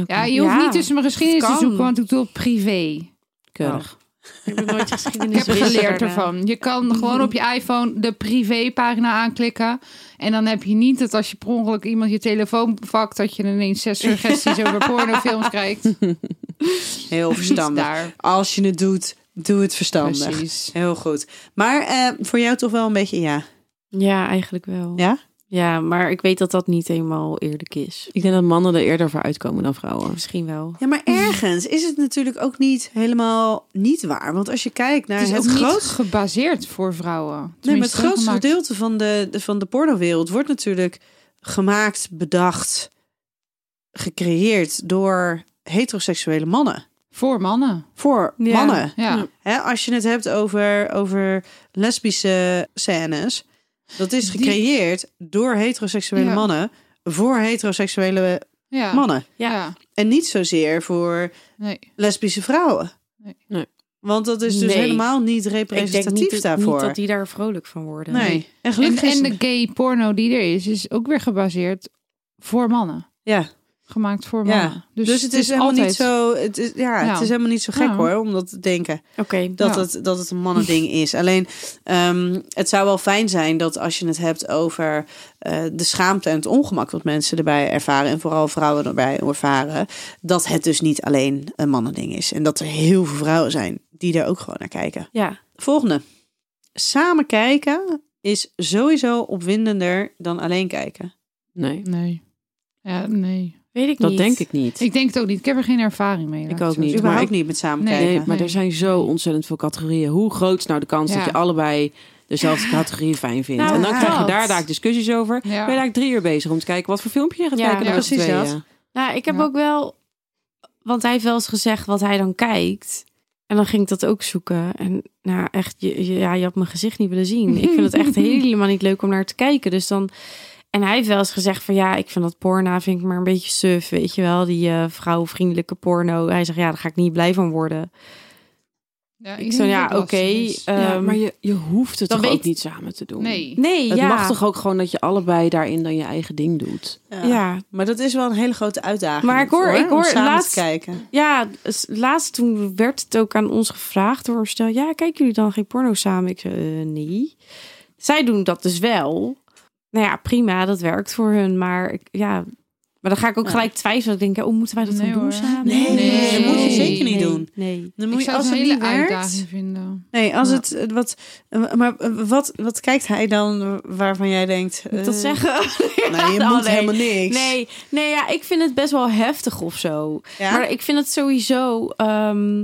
[SPEAKER 6] Ja, je hoeft
[SPEAKER 3] Ja,
[SPEAKER 6] niet tussen mijn geschiedenis
[SPEAKER 3] dat
[SPEAKER 6] te
[SPEAKER 3] kan.
[SPEAKER 6] zoeken, want ik doe het privé.
[SPEAKER 4] keurig.
[SPEAKER 3] Ik heb nooit
[SPEAKER 5] Dus
[SPEAKER 6] Ik
[SPEAKER 3] geschiedenis
[SPEAKER 6] heb geleerd ervan. Je kan
[SPEAKER 5] Mhm.
[SPEAKER 6] gewoon op je iPhone de privépagina aanklikken. En dan heb je niet dat als je per ongeluk iemand je telefoon pakt... dat je ineens zes suggesties over pornofilms krijgt.
[SPEAKER 5] Heel verstandig.
[SPEAKER 6] Daar.
[SPEAKER 5] Als je het doet, doe het verstandig.
[SPEAKER 6] Precies.
[SPEAKER 5] Heel goed. Maar eh, voor jou toch wel een beetje ja.
[SPEAKER 3] Ja, eigenlijk wel.
[SPEAKER 5] Ja?
[SPEAKER 3] Ja, maar ik weet dat dat niet helemaal eerlijk is.
[SPEAKER 4] Ik denk dat mannen er eerder voor uitkomen dan vrouwen.
[SPEAKER 3] Misschien wel.
[SPEAKER 5] Ja, maar ergens is het natuurlijk ook niet helemaal niet waar. Want als je kijkt naar
[SPEAKER 6] Het is
[SPEAKER 5] het,
[SPEAKER 6] ook niet
[SPEAKER 5] grootste,
[SPEAKER 6] gebaseerd voor vrouwen.
[SPEAKER 5] nee, maar het
[SPEAKER 6] Tenminste,
[SPEAKER 5] grootste
[SPEAKER 6] gemaakt.
[SPEAKER 5] gedeelte van de, de- van de pornowereld wordt natuurlijk gemaakt, bedacht, gecreëerd door heteroseksuele mannen.
[SPEAKER 6] Voor mannen.
[SPEAKER 5] Voor
[SPEAKER 3] Ja.
[SPEAKER 5] mannen.
[SPEAKER 6] Ja.
[SPEAKER 5] Hè, als je het hebt over, over lesbische scènes. Dat is
[SPEAKER 6] Die-
[SPEAKER 5] gecreëerd door heteroseksuele
[SPEAKER 6] Ja.
[SPEAKER 5] mannen voor heteroseksuele
[SPEAKER 6] ja.
[SPEAKER 5] mannen.
[SPEAKER 6] Ja.
[SPEAKER 5] En niet zozeer voor
[SPEAKER 6] Nee.
[SPEAKER 5] lesbische vrouwen.
[SPEAKER 6] Nee.
[SPEAKER 4] Nee.
[SPEAKER 5] Want dat is dus
[SPEAKER 3] Nee.
[SPEAKER 5] helemaal niet
[SPEAKER 3] Ik
[SPEAKER 5] representatief
[SPEAKER 3] denk niet, dat-
[SPEAKER 5] daarvoor.
[SPEAKER 3] niet dat die daar vrolijk van worden.
[SPEAKER 5] nee. En
[SPEAKER 6] En,
[SPEAKER 5] gelukkig is
[SPEAKER 6] en
[SPEAKER 5] het-
[SPEAKER 6] de gay porno die er is, is ook weer gebaseerd voor mannen.
[SPEAKER 5] ja.
[SPEAKER 6] Gemaakt voor
[SPEAKER 5] Ja.
[SPEAKER 6] mannen.
[SPEAKER 5] Dus, het is, helemaal
[SPEAKER 6] altijd-
[SPEAKER 5] niet zo. Het is, ja, het
[SPEAKER 6] Nou.
[SPEAKER 5] is helemaal niet zo gek
[SPEAKER 6] Ja.
[SPEAKER 5] hoor om dat te denken.
[SPEAKER 3] Oké. nou,
[SPEAKER 5] dat,
[SPEAKER 6] Ja.
[SPEAKER 5] het, dat het een mannending is. Alleen, ehm, het zou wel fijn zijn dat als je het hebt over eh, de schaamte en het ongemak wat mensen erbij ervaren, en vooral vrouwen erbij ervaren, dat het dus niet alleen een mannending is. En dat er heel veel vrouwen zijn die daar ook gewoon naar kijken.
[SPEAKER 3] Ja.
[SPEAKER 5] Volgende. Samen kijken is sowieso opwindender dan alleen kijken.
[SPEAKER 4] Nee,
[SPEAKER 6] Nee. Ja, nee.
[SPEAKER 3] Weet ik
[SPEAKER 4] dat
[SPEAKER 3] niet.
[SPEAKER 4] denk ik niet.
[SPEAKER 6] Ik denk het ook niet. Ik heb er geen ervaring mee. laat
[SPEAKER 4] Ik
[SPEAKER 6] het
[SPEAKER 4] ook
[SPEAKER 6] zo
[SPEAKER 4] niet.
[SPEAKER 6] zeggen.
[SPEAKER 5] Überhaupt
[SPEAKER 4] ik-
[SPEAKER 5] niet met samen
[SPEAKER 6] Nee.
[SPEAKER 5] kijken.
[SPEAKER 4] Nee, maar
[SPEAKER 6] Nee.
[SPEAKER 4] er zijn zo ontzettend veel categorieën. Hoe groot is nou de kans
[SPEAKER 6] Ja.
[SPEAKER 4] dat je allebei dezelfde categorie fijn vindt?
[SPEAKER 3] Nou,
[SPEAKER 4] en dan
[SPEAKER 5] ja.
[SPEAKER 4] krijg je
[SPEAKER 3] dat.
[SPEAKER 4] daar daar discussies over.
[SPEAKER 6] Ja.
[SPEAKER 4] Ben je daar drie uur bezig om te kijken wat voor filmpje je gaat
[SPEAKER 3] Ja,
[SPEAKER 4] kijken.
[SPEAKER 3] ja,
[SPEAKER 4] met z'n
[SPEAKER 5] precies
[SPEAKER 4] tweeën.
[SPEAKER 5] dat.
[SPEAKER 3] Nou, ik heb
[SPEAKER 6] Ja.
[SPEAKER 3] ook wel... Want hij heeft wel eens gezegd wat hij dan kijkt. En dan ging ik dat ook zoeken. En nou, echt, je, je- ja, je had mijn gezicht niet willen zien. Ik vind het echt helemaal niet leuk om naar te kijken. Dus dan... En hij heeft wel eens gezegd van ja, ik vind dat porno vind ik maar een beetje suf, weet je wel. Die eh, vrouwvriendelijke porno. Hij zegt ja, daar ga ik niet blij van worden.
[SPEAKER 6] Ja,
[SPEAKER 3] Ik
[SPEAKER 6] denk
[SPEAKER 3] zo,
[SPEAKER 6] dat
[SPEAKER 3] ja,
[SPEAKER 6] dat
[SPEAKER 3] oké,
[SPEAKER 6] is.
[SPEAKER 3] eh,
[SPEAKER 4] Ja,
[SPEAKER 3] Ehm,
[SPEAKER 4] maar je, je hoeft het
[SPEAKER 3] dan
[SPEAKER 4] toch
[SPEAKER 3] weet-
[SPEAKER 4] ook niet samen te doen.
[SPEAKER 6] nee.
[SPEAKER 3] Nee,
[SPEAKER 4] Het
[SPEAKER 3] ja.
[SPEAKER 4] mag toch ook gewoon dat je allebei daarin dan je eigen ding doet.
[SPEAKER 5] Ja.
[SPEAKER 3] Ja,
[SPEAKER 5] Maar dat is wel een hele grote uitdaging.
[SPEAKER 3] Maar ik hoor-
[SPEAKER 5] voor, hè,
[SPEAKER 3] ik hoor
[SPEAKER 5] om samen
[SPEAKER 3] laatst-
[SPEAKER 5] te kijken.
[SPEAKER 3] Ja, s- laatst toen werd het ook aan ons gevraagd door een stel. Ja, kijken jullie dan geen porno samen? Ik zei, eh, nee. Zij doen dat dus wel. Nou ja, prima, dat werkt voor hun. Maar ik- ja, maar dan ga ik ook
[SPEAKER 5] Ja.
[SPEAKER 3] gelijk twijfelen. Ik denk, oh, moeten wij dat
[SPEAKER 6] Nee,
[SPEAKER 3] dan doen
[SPEAKER 6] hoor.
[SPEAKER 3] samen?
[SPEAKER 5] Nee,
[SPEAKER 6] Nee.
[SPEAKER 5] dat moet je zeker niet
[SPEAKER 3] Nee,
[SPEAKER 5] doen.
[SPEAKER 3] Nee.
[SPEAKER 5] Dan
[SPEAKER 6] Ik
[SPEAKER 5] moet je,
[SPEAKER 6] zou
[SPEAKER 5] als
[SPEAKER 6] het een
[SPEAKER 5] het
[SPEAKER 6] hele
[SPEAKER 5] niet werkt,
[SPEAKER 6] uitdaging vinden.
[SPEAKER 5] Nee, als
[SPEAKER 6] Ja.
[SPEAKER 5] het eh, wat. eh, Maar eh, wat, wat kijkt hij dan waarvan jij denkt.
[SPEAKER 3] Moet ik dat
[SPEAKER 5] eh,
[SPEAKER 3] zeggen?
[SPEAKER 5] Nou, je
[SPEAKER 3] Ja,
[SPEAKER 5] moet
[SPEAKER 3] nee.
[SPEAKER 5] helemaal niks.
[SPEAKER 3] Nee, nee ja, ik vind het best wel heftig of zo.
[SPEAKER 5] Ja?
[SPEAKER 3] Maar ik vind het sowieso. ehm,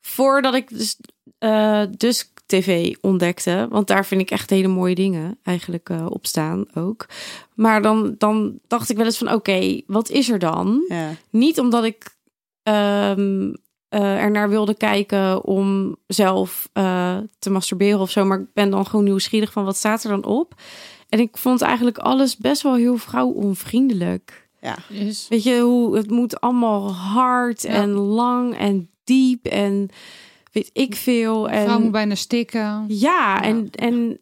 [SPEAKER 3] voordat ik dus, eh, dus tv ontdekte, want daar vind ik echt hele mooie dingen eigenlijk eh, op staan ook. Maar dan, dan dacht ik wel eens van: oké, wat is er dan?
[SPEAKER 5] ja.
[SPEAKER 3] Niet omdat ik ehm er naar wilde kijken om zelf eh, te masturberen of zo, maar ik ben dan gewoon nieuwsgierig van wat staat er dan op. En ik vond eigenlijk alles best wel heel vrouwonvriendelijk.
[SPEAKER 6] Is.
[SPEAKER 3] Weet je hoe het moet allemaal hard
[SPEAKER 6] Ja.
[SPEAKER 3] en lang en diep en weet ik veel.
[SPEAKER 6] De vrouw moet
[SPEAKER 3] En,
[SPEAKER 6] bijna stikken.
[SPEAKER 3] ja, en, en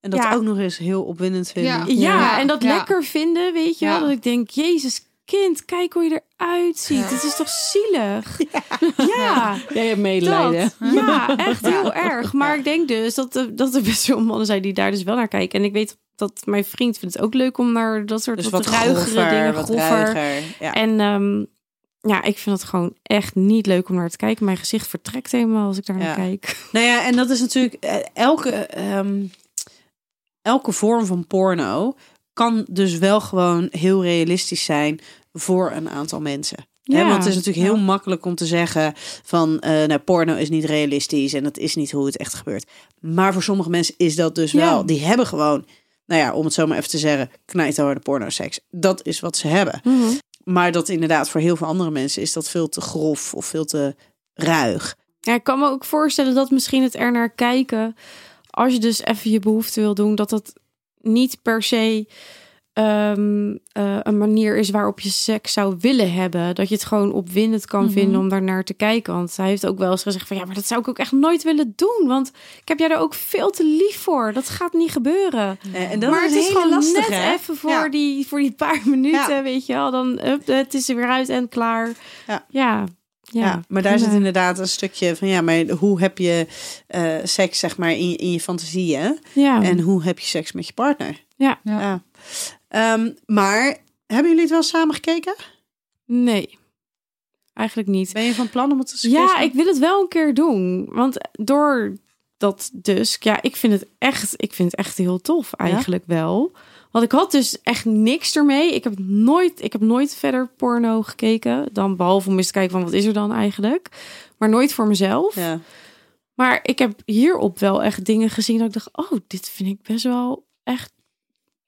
[SPEAKER 5] En dat
[SPEAKER 3] Ja.
[SPEAKER 5] ook nog eens heel opwindend vinden.
[SPEAKER 6] Ja.
[SPEAKER 3] Ja,
[SPEAKER 6] Ja.
[SPEAKER 3] en dat
[SPEAKER 6] Ja.
[SPEAKER 3] lekker vinden, weet je wel.
[SPEAKER 6] Ja.
[SPEAKER 3] Dat ik denk, jezus kind, kijk hoe je eruit ziet.
[SPEAKER 6] Ja.
[SPEAKER 3] Het is toch zielig? Ja, ja.
[SPEAKER 4] Jij hebt medelijden.
[SPEAKER 3] dat. Ja, echt heel erg. Maar ik denk dus dat, er- dat er best wel mannen zijn die daar dus wel naar kijken. En ik weet dat mijn vriend vindt het ook leuk om naar dat soort
[SPEAKER 5] Dus
[SPEAKER 3] wat,
[SPEAKER 5] wat
[SPEAKER 3] ruigere
[SPEAKER 5] grover,
[SPEAKER 3] dingen,
[SPEAKER 5] wat
[SPEAKER 3] grover.
[SPEAKER 5] ruiger. Ja.
[SPEAKER 3] En ehm, ja, ik vind het gewoon echt niet leuk om naar te kijken. Mijn gezicht vertrekt helemaal als ik daar naar
[SPEAKER 5] Ja.
[SPEAKER 3] kijk.
[SPEAKER 5] Nou ja, en dat is natuurlijk eh, elke, ehm, elke vorm van porno kan dus wel gewoon heel realistisch zijn voor een aantal mensen. Hè, want het is natuurlijk heel makkelijk om te zeggen van eh, nou, porno is niet realistisch en dat is niet hoe het echt gebeurt. Maar voor sommige mensen is dat dus
[SPEAKER 6] Ja.
[SPEAKER 5] wel. Die hebben gewoon, nou ja, om het zo maar even te zeggen, knijterharde pornoseks. Dat is wat ze hebben.
[SPEAKER 3] Mhm.
[SPEAKER 5] Maar dat inderdaad voor heel veel andere mensen is dat veel te grof of veel te ruig.
[SPEAKER 3] Ja, ik kan me ook voorstellen dat misschien het er naar kijken, als je dus even je behoefte wil doen, dat dat niet per se ehm, eh, een manier is waarop je seks zou willen hebben. Dat je het gewoon opwindend kan
[SPEAKER 6] Mhm.
[SPEAKER 3] vinden om daar naar te kijken. Want hij heeft ook wel eens gezegd van ja, maar dat zou ik ook echt nooit willen doen. Want ik heb jij daar ook veel te lief voor. Dat gaat niet gebeuren.
[SPEAKER 5] Eh, en dat
[SPEAKER 3] maar het is
[SPEAKER 5] hele
[SPEAKER 3] gewoon
[SPEAKER 5] lastige,
[SPEAKER 3] net
[SPEAKER 5] hè?
[SPEAKER 3] even voor,
[SPEAKER 5] Ja.
[SPEAKER 3] die, voor die paar minuten,
[SPEAKER 5] Ja.
[SPEAKER 3] weet je wel. Dan hup, het is er weer uit en klaar.
[SPEAKER 5] Ja.
[SPEAKER 3] ja.
[SPEAKER 5] Ja,
[SPEAKER 3] Ja,
[SPEAKER 5] maar daar
[SPEAKER 3] prima.
[SPEAKER 5] zit inderdaad een stukje van ja, maar hoe heb je eh, seks zeg maar in, in je fantasie hè?
[SPEAKER 3] Ja.
[SPEAKER 5] en hoe heb je seks met je partner?
[SPEAKER 3] Ja.
[SPEAKER 6] Ja.
[SPEAKER 5] Ehm, maar hebben jullie het wel samen gekeken?
[SPEAKER 3] Nee, eigenlijk niet.
[SPEAKER 5] Ben je van plan om het te schrijven?
[SPEAKER 3] Ja, ik wil het wel een keer doen. Want door dat dus, ja, ik vind het echt, ik vind het echt heel tof eigenlijk wel. Want ik had dus echt niks ermee. Ik heb nooit, ik heb nooit verder porno gekeken. Dan behalve om eens te kijken van wat is er dan eigenlijk. Maar nooit voor mezelf.
[SPEAKER 5] Ja.
[SPEAKER 3] Maar ik heb hierop wel echt dingen gezien dat ik dacht, oh, dit vind ik best wel echt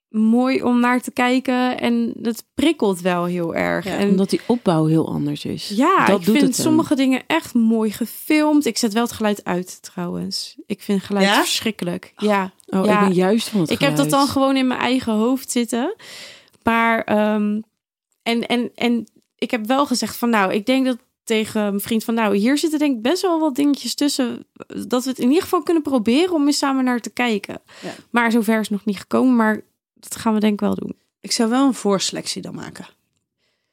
[SPEAKER 3] mooi om naar te kijken. En het prikkelt wel heel erg.
[SPEAKER 5] Ja,
[SPEAKER 3] en
[SPEAKER 4] Omdat die opbouw heel anders is.
[SPEAKER 3] ja,
[SPEAKER 4] dat
[SPEAKER 3] ik
[SPEAKER 4] doet
[SPEAKER 3] vind
[SPEAKER 4] het hem.
[SPEAKER 3] sommige dingen echt mooi gefilmd. Ik zet wel het geluid uit trouwens. Ik vind geluid
[SPEAKER 5] Ja?
[SPEAKER 3] verschrikkelijk. Ja,
[SPEAKER 4] Oh,
[SPEAKER 3] Ja.
[SPEAKER 4] ik ben juist van het
[SPEAKER 3] ik heb dat dan
[SPEAKER 4] geluid.
[SPEAKER 3] gewoon in mijn eigen hoofd zitten. Maar ehm, en, en, en ik heb wel gezegd van nou, ik denk dat tegen een vriend van nou, hier zitten denk ik best wel wat dingetjes tussen. eh, Dat we het in ieder geval kunnen proberen om eens samen naar te kijken.
[SPEAKER 5] Ja.
[SPEAKER 3] Maar zover is nog niet gekomen, maar dat gaan we denk ik wel doen.
[SPEAKER 5] Ik zou wel een voorselectie dan maken.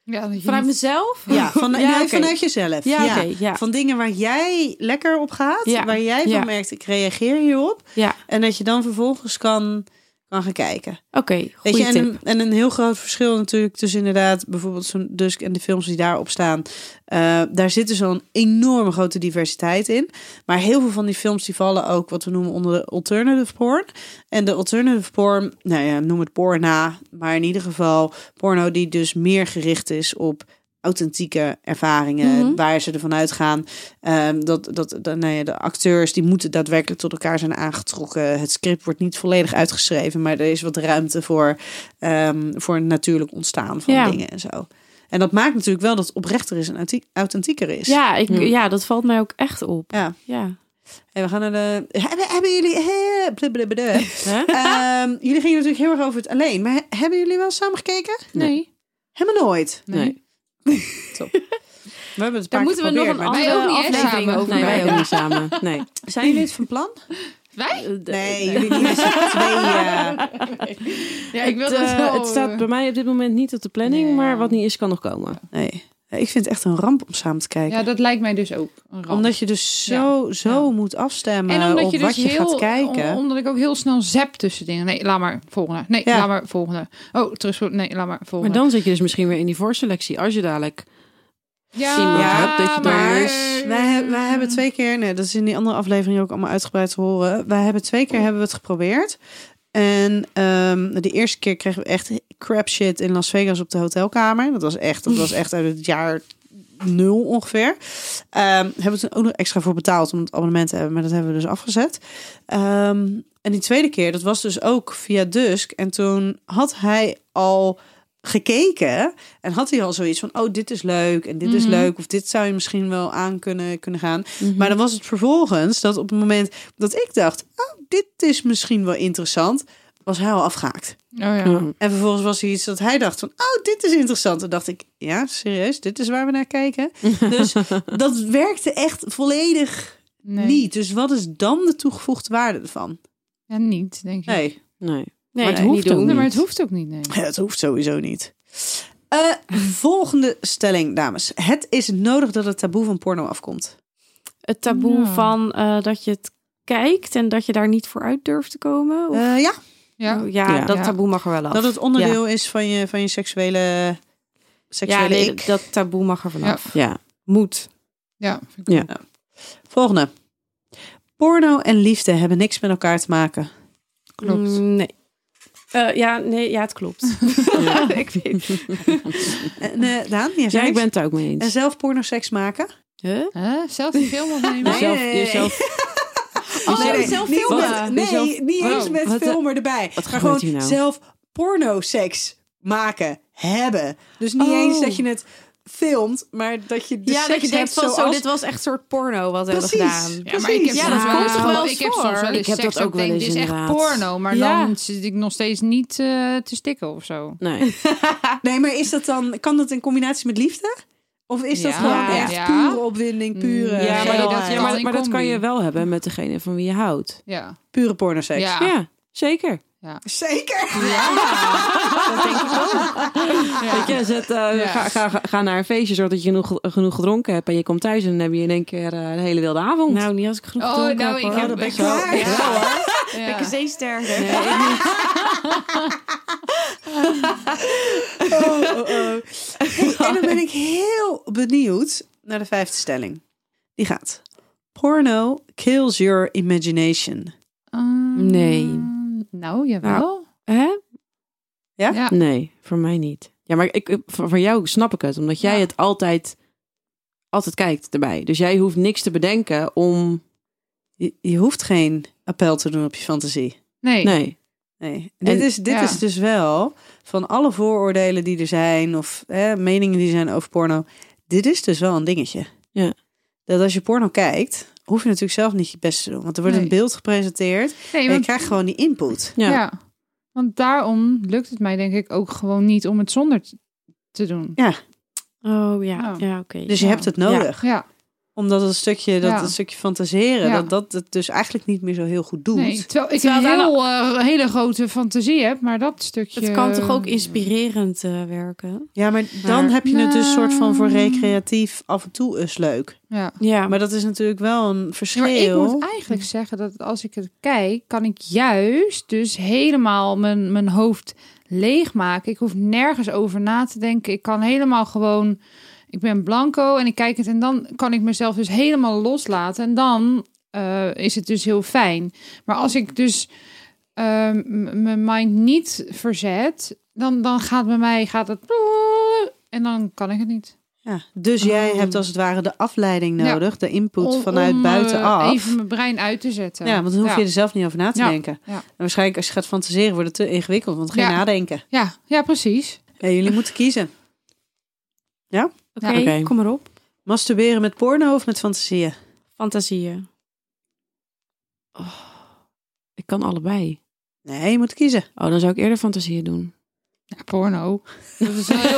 [SPEAKER 6] Ja, dat je
[SPEAKER 3] Vanuit
[SPEAKER 6] niet-
[SPEAKER 3] mezelf?
[SPEAKER 5] Ja, van,
[SPEAKER 3] Ja,
[SPEAKER 5] nee,
[SPEAKER 3] oké.
[SPEAKER 5] vanuit jezelf.
[SPEAKER 3] Ja, oké. ja.
[SPEAKER 5] Van dingen waar jij lekker op gaat,
[SPEAKER 3] Ja.
[SPEAKER 5] waar jij van
[SPEAKER 3] Ja.
[SPEAKER 5] merkt, ik reageer hierop.
[SPEAKER 3] Ja.
[SPEAKER 5] En dat je dan vervolgens kan, kan gaan kijken.
[SPEAKER 3] Oké,
[SPEAKER 5] Weet je,
[SPEAKER 3] goeie
[SPEAKER 5] en,
[SPEAKER 3] tip.
[SPEAKER 5] een, en een heel groot verschil natuurlijk tussen inderdaad bijvoorbeeld zo'n Dusk en de films die daarop staan. Eh, daar zit dus al een enorme grote diversiteit in. Maar heel veel van die films die vallen ook wat we noemen onder de alternative porn. En de alternative porn, nou ja, noem het porn na. Maar in ieder geval porno die dus meer gericht is op authentieke ervaringen.
[SPEAKER 3] Mhm.
[SPEAKER 5] Waar ze ervan uitgaan Ehm, dat, dat, dat- nou ja, de acteurs die moeten daadwerkelijk tot elkaar zijn aangetrokken. Het script wordt niet volledig uitgeschreven, maar er is wat ruimte voor, ehm, voor een natuurlijk ontstaan van
[SPEAKER 3] Ja.
[SPEAKER 5] dingen en zo. En dat maakt natuurlijk wel dat het oprechter is en authentie- authentieker is.
[SPEAKER 3] Ja, ik,
[SPEAKER 4] Ja.
[SPEAKER 3] ja. dat valt mij ook echt op.
[SPEAKER 5] Hmm. Ja.
[SPEAKER 3] Ja.
[SPEAKER 5] En we gaan naar de. Hebben, hebben jullie. hè, blablabla. Ehm, jullie gingen natuurlijk heel erg over het alleen. Maar he- hebben jullie wel samen gekeken?
[SPEAKER 6] Nee.
[SPEAKER 5] Helemaal nooit.
[SPEAKER 6] Nee.
[SPEAKER 4] Nee.
[SPEAKER 5] We hebben het
[SPEAKER 3] Daar
[SPEAKER 5] een paar
[SPEAKER 3] moeten we
[SPEAKER 5] keer
[SPEAKER 3] nog een
[SPEAKER 5] geprobeerd,
[SPEAKER 6] Wij
[SPEAKER 5] maar-
[SPEAKER 3] andere
[SPEAKER 6] ook niet, hè,
[SPEAKER 3] aflevering
[SPEAKER 6] samen?
[SPEAKER 3] over
[SPEAKER 4] Nee,
[SPEAKER 3] maken.
[SPEAKER 4] wij ook niet samen. Nee.
[SPEAKER 5] Zijn jullie het van plan?
[SPEAKER 6] Wij?
[SPEAKER 5] Nee, jullie niet Dus met z'n tweeën. eh,
[SPEAKER 6] Ja, ik wil
[SPEAKER 4] Het,
[SPEAKER 6] dat
[SPEAKER 4] eh,
[SPEAKER 6] wel,
[SPEAKER 4] het staat
[SPEAKER 6] eh,
[SPEAKER 4] bij mij op dit moment niet op de planning,
[SPEAKER 6] Nee.
[SPEAKER 4] maar wat niet is, kan nog komen.
[SPEAKER 5] Nee. Ik vind het echt een ramp om samen te kijken.
[SPEAKER 6] Ja, dat lijkt mij dus ook een ramp.
[SPEAKER 5] Omdat je dus zo, zo moet afstemmen
[SPEAKER 6] en omdat
[SPEAKER 5] op
[SPEAKER 6] je dus
[SPEAKER 5] wat je
[SPEAKER 6] heel,
[SPEAKER 5] gaat kijken.
[SPEAKER 6] om- omdat ik ook heel snel zap tussen dingen. Nee, laat maar volgende. Nee,
[SPEAKER 5] Ja.
[SPEAKER 6] laat maar volgende. Oh, terug. Nee, laat maar
[SPEAKER 4] Maar
[SPEAKER 6] volgende.
[SPEAKER 4] dan zit je dus misschien weer in die voorselectie. Als je dadelijk...
[SPEAKER 6] ja,
[SPEAKER 4] iemand hebt dat je dan
[SPEAKER 6] maar-
[SPEAKER 5] Dus wij, he- wij hebben twee keer, nee, dat is in die andere aflevering ook allemaal uitgebreid te horen. Wij hebben twee keer hebben we het geprobeerd. En ehm, de eerste keer kregen we echt crap shit in Las Vegas op de hotelkamer. Dat was echt, dat was echt uit het jaar nul ongeveer. Ehm hebben we toen ook nog extra voor betaald om het abonnement te hebben, maar dat hebben we dus afgezet. Ehm, en die tweede keer, dat was dus ook via Dusk. En toen had hij al gekeken en had hij al zoiets van, oh, dit is leuk en dit is
[SPEAKER 6] Mhm.
[SPEAKER 5] leuk of dit zou je misschien wel aan kunnen, kunnen gaan. Maar dan was het vervolgens dat op het moment dat ik dacht, oh, dit is misschien wel interessant, was hij al afgehaakt.
[SPEAKER 6] Oh ja.
[SPEAKER 5] En vervolgens was er iets dat hij dacht van, oh, dit is interessant. En dacht ik, ja, serieus, dit is waar we naar kijken. dus dat werkte echt volledig
[SPEAKER 6] Nee.
[SPEAKER 5] niet. Dus wat is dan de toegevoegde waarde ervan?
[SPEAKER 6] Ja, niet, denk ik.
[SPEAKER 5] Nee,
[SPEAKER 4] Nee.
[SPEAKER 3] Nee,
[SPEAKER 4] Maar het
[SPEAKER 3] nee,
[SPEAKER 4] hoeft
[SPEAKER 3] niet
[SPEAKER 4] ook
[SPEAKER 3] doen.
[SPEAKER 6] Nee, maar het
[SPEAKER 4] niet.
[SPEAKER 6] hoeft ook niet. Nee.
[SPEAKER 5] het hoeft sowieso niet. Eh, volgende stelling, dames. Het is nodig dat het taboe van porno afkomt.
[SPEAKER 3] Het taboe
[SPEAKER 6] Ja.
[SPEAKER 3] van eh, dat je het kijkt en dat je daar niet voor uit durft te komen. Of-
[SPEAKER 5] Eh, ja,
[SPEAKER 6] Ja.
[SPEAKER 3] Oh, ja,
[SPEAKER 4] Ja.
[SPEAKER 3] dat
[SPEAKER 6] Ja.
[SPEAKER 3] taboe mag er wel af.
[SPEAKER 5] dat het onderdeel is van je, van je seksuele, seksuele
[SPEAKER 3] ja, nee,
[SPEAKER 5] ik.
[SPEAKER 3] dat taboe mag er vanaf.
[SPEAKER 4] Ja.
[SPEAKER 3] Moet.
[SPEAKER 6] Ja, vind ik-
[SPEAKER 5] Volgende. Porno en liefde hebben niks met elkaar te maken.
[SPEAKER 6] Klopt.
[SPEAKER 3] Mm, nee. Eh, ja, nee, ja, het klopt.
[SPEAKER 4] Ja.
[SPEAKER 3] ik weet
[SPEAKER 5] En, eh, Daan, jij zei
[SPEAKER 4] ja, ik
[SPEAKER 5] niks?
[SPEAKER 4] ben het daar ook mee
[SPEAKER 5] En
[SPEAKER 4] eens.
[SPEAKER 5] zelf porno-seks maken?
[SPEAKER 3] Huh?
[SPEAKER 6] Hè? Zelf een film opnemen.
[SPEAKER 5] Nee.
[SPEAKER 4] Jezelf, jezelf,
[SPEAKER 6] Oh,
[SPEAKER 4] Nee, nee,
[SPEAKER 6] zelf
[SPEAKER 5] niet
[SPEAKER 6] filmen.
[SPEAKER 5] met- nee,
[SPEAKER 4] Jezelf-
[SPEAKER 5] niet eens
[SPEAKER 6] Wow.
[SPEAKER 5] met
[SPEAKER 4] Wat, eh,
[SPEAKER 5] filmer erbij. maar
[SPEAKER 4] wat gebeurt
[SPEAKER 5] gewoon
[SPEAKER 4] hier nou?
[SPEAKER 5] zelf porno-seks maken, hebben. Dus niet
[SPEAKER 4] Oh.
[SPEAKER 5] eens dat je het filmt, maar dat je oh, de
[SPEAKER 3] ja,
[SPEAKER 5] seks
[SPEAKER 3] dat je denkt
[SPEAKER 5] hebt
[SPEAKER 3] van zo,
[SPEAKER 5] zoals-
[SPEAKER 3] dit was echt een soort porno wat we hebben
[SPEAKER 5] Precies.
[SPEAKER 3] gedaan.
[SPEAKER 6] Ja, maar ik heb
[SPEAKER 5] Precies.
[SPEAKER 3] Ja, dat
[SPEAKER 6] soms wel-
[SPEAKER 3] komt toch wel eens
[SPEAKER 6] Ik heb soms
[SPEAKER 3] voor?
[SPEAKER 6] wel eens
[SPEAKER 4] Ik heb
[SPEAKER 6] seks
[SPEAKER 4] dat ook
[SPEAKER 6] ik denk,
[SPEAKER 4] wel
[SPEAKER 6] dit
[SPEAKER 4] eens,
[SPEAKER 6] is echt
[SPEAKER 4] inderdaad.
[SPEAKER 6] porno. Maar
[SPEAKER 3] Ja.
[SPEAKER 6] dan zit ik nog steeds niet eh, te stikken of zo.
[SPEAKER 4] nee.
[SPEAKER 5] Nee, maar is dat dan, kan dat in combinatie met liefde? Of is dat
[SPEAKER 6] Ja.
[SPEAKER 5] gewoon
[SPEAKER 3] Ja.
[SPEAKER 5] echt
[SPEAKER 6] Ja.
[SPEAKER 5] pure opwinding, pure...
[SPEAKER 6] Ja,
[SPEAKER 4] Ja,
[SPEAKER 6] maar
[SPEAKER 4] maar,
[SPEAKER 6] dat-
[SPEAKER 4] dat,
[SPEAKER 6] ja, maar-
[SPEAKER 4] maar,
[SPEAKER 6] maar
[SPEAKER 4] dat kan je wel hebben met degene van wie je houdt.
[SPEAKER 6] Ja.
[SPEAKER 5] Pure porno-seks.
[SPEAKER 6] Ja.
[SPEAKER 4] Ja, zeker.
[SPEAKER 5] Zeker!
[SPEAKER 4] Weet je, zet, eh,
[SPEAKER 6] Ja.
[SPEAKER 4] ga, ga, ga- ga naar een feestje zodat je genoeg, genoeg gedronken hebt en je komt thuis en dan heb je in één keer eh, een hele wilde avond.
[SPEAKER 3] Nou, niet als ik genoeg
[SPEAKER 6] Oh, nou, ik heb
[SPEAKER 5] ben ik
[SPEAKER 6] echt
[SPEAKER 5] klaar.
[SPEAKER 6] wel-
[SPEAKER 5] Ja,
[SPEAKER 6] Ja. Ehm,
[SPEAKER 3] Ik een sterker.
[SPEAKER 4] Nee, ik niet.
[SPEAKER 5] Oh, oh, oh. Hey, en dan ben ik heel benieuwd naar de vijfde stelling. Die gaat. Porno kills your imagination.
[SPEAKER 6] Ehm,
[SPEAKER 4] Nee.
[SPEAKER 6] Nou, jawel.
[SPEAKER 3] Hè?
[SPEAKER 5] Ja?
[SPEAKER 6] Ja.
[SPEAKER 4] nee, voor mij niet. Ja, maar ik, voor, voor jou snap ik het, omdat jij
[SPEAKER 6] Ja.
[SPEAKER 4] het altijd, altijd kijkt erbij. Dus jij hoeft niks te bedenken om.
[SPEAKER 5] Je, je hoeft geen appel te doen op je fantasie.
[SPEAKER 6] Nee.
[SPEAKER 4] Nee.
[SPEAKER 5] Nee.
[SPEAKER 4] En-
[SPEAKER 5] dit is, dit
[SPEAKER 6] ja.
[SPEAKER 5] is dus wel van alle vooroordelen die er zijn of hè, meningen die zijn over porno. Dit is dus wel een dingetje.
[SPEAKER 4] Ja.
[SPEAKER 5] Dat als je porno kijkt, hoef je natuurlijk zelf niet je best te doen. Want er wordt
[SPEAKER 6] Nee.
[SPEAKER 5] een beeld gepresenteerd
[SPEAKER 6] Nee,
[SPEAKER 5] en je
[SPEAKER 6] want,
[SPEAKER 5] krijgt gewoon die input.
[SPEAKER 4] Ja.
[SPEAKER 6] ja. Want daarom lukt het mij denk ik ook gewoon niet om het zonder t- te doen.
[SPEAKER 3] Oh ja,
[SPEAKER 6] Ja.
[SPEAKER 3] ja oké.
[SPEAKER 5] Dus je
[SPEAKER 6] Ja.
[SPEAKER 5] hebt het nodig.
[SPEAKER 6] Ja.
[SPEAKER 5] Omdat het stukje, dat
[SPEAKER 6] Ja.
[SPEAKER 5] het stukje fantaseren,
[SPEAKER 6] Ja.
[SPEAKER 5] dat dat het dus eigenlijk niet meer zo heel goed doet.
[SPEAKER 6] Nee. Terwijl ik
[SPEAKER 3] Terwijl
[SPEAKER 6] een
[SPEAKER 3] daar
[SPEAKER 6] heel, eh, hele grote fantasie heb, maar dat stukje... eh,
[SPEAKER 3] Het kan toch ook inspirerend eh, werken?
[SPEAKER 5] Ja, maar dan
[SPEAKER 3] Maar-
[SPEAKER 5] heb je het dus soort van voor
[SPEAKER 6] Nou.
[SPEAKER 5] recreatief af en toe is leuk.
[SPEAKER 6] Ja.
[SPEAKER 3] Ja,
[SPEAKER 5] Maar dat is natuurlijk wel een
[SPEAKER 6] Ja, maar ik
[SPEAKER 5] verschil.
[SPEAKER 6] moet eigenlijk zeggen dat als ik het kijk, kan ik juist dus helemaal mijn, mijn hoofd leegmaken. Ik hoef nergens over na te denken. Ik kan helemaal gewoon, ik ben blanco en ik kijk het en dan kan ik mezelf dus helemaal loslaten. En dan eh, is het dus heel fijn. Maar als ik dus eh, m- mijn mind niet verzet, dan, dan gaat bij mij gaat het en dan kan ik het niet.
[SPEAKER 5] Ja, dus jij hebt als het ware de afleiding
[SPEAKER 6] Oh. Ja.
[SPEAKER 5] nodig, de input
[SPEAKER 6] Om-
[SPEAKER 5] vanuit
[SPEAKER 6] om, eh,
[SPEAKER 5] buitenaf.
[SPEAKER 6] Even mijn brein uit te zetten.
[SPEAKER 5] ja, want dan hoef
[SPEAKER 6] Ja.
[SPEAKER 5] je er zelf niet over na te
[SPEAKER 6] Ja.
[SPEAKER 5] denken.
[SPEAKER 6] Ja.
[SPEAKER 5] En waarschijnlijk als je gaat fantaseren wordt het te ingewikkeld, want geen
[SPEAKER 6] Ja.
[SPEAKER 5] nadenken.
[SPEAKER 6] Ja, ja, precies.
[SPEAKER 5] Ja, jullie moeten kiezen.
[SPEAKER 3] oké,
[SPEAKER 4] Ja, oké.
[SPEAKER 3] kom maar op.
[SPEAKER 5] Masturberen met porno of met fantasieën?
[SPEAKER 3] Fantasieën.
[SPEAKER 4] Ik kan allebei.
[SPEAKER 5] Nee, je moet kiezen.
[SPEAKER 4] Oh, dan zou ik eerder fantasieën doen.
[SPEAKER 6] Ja, porno. Dat is wel heel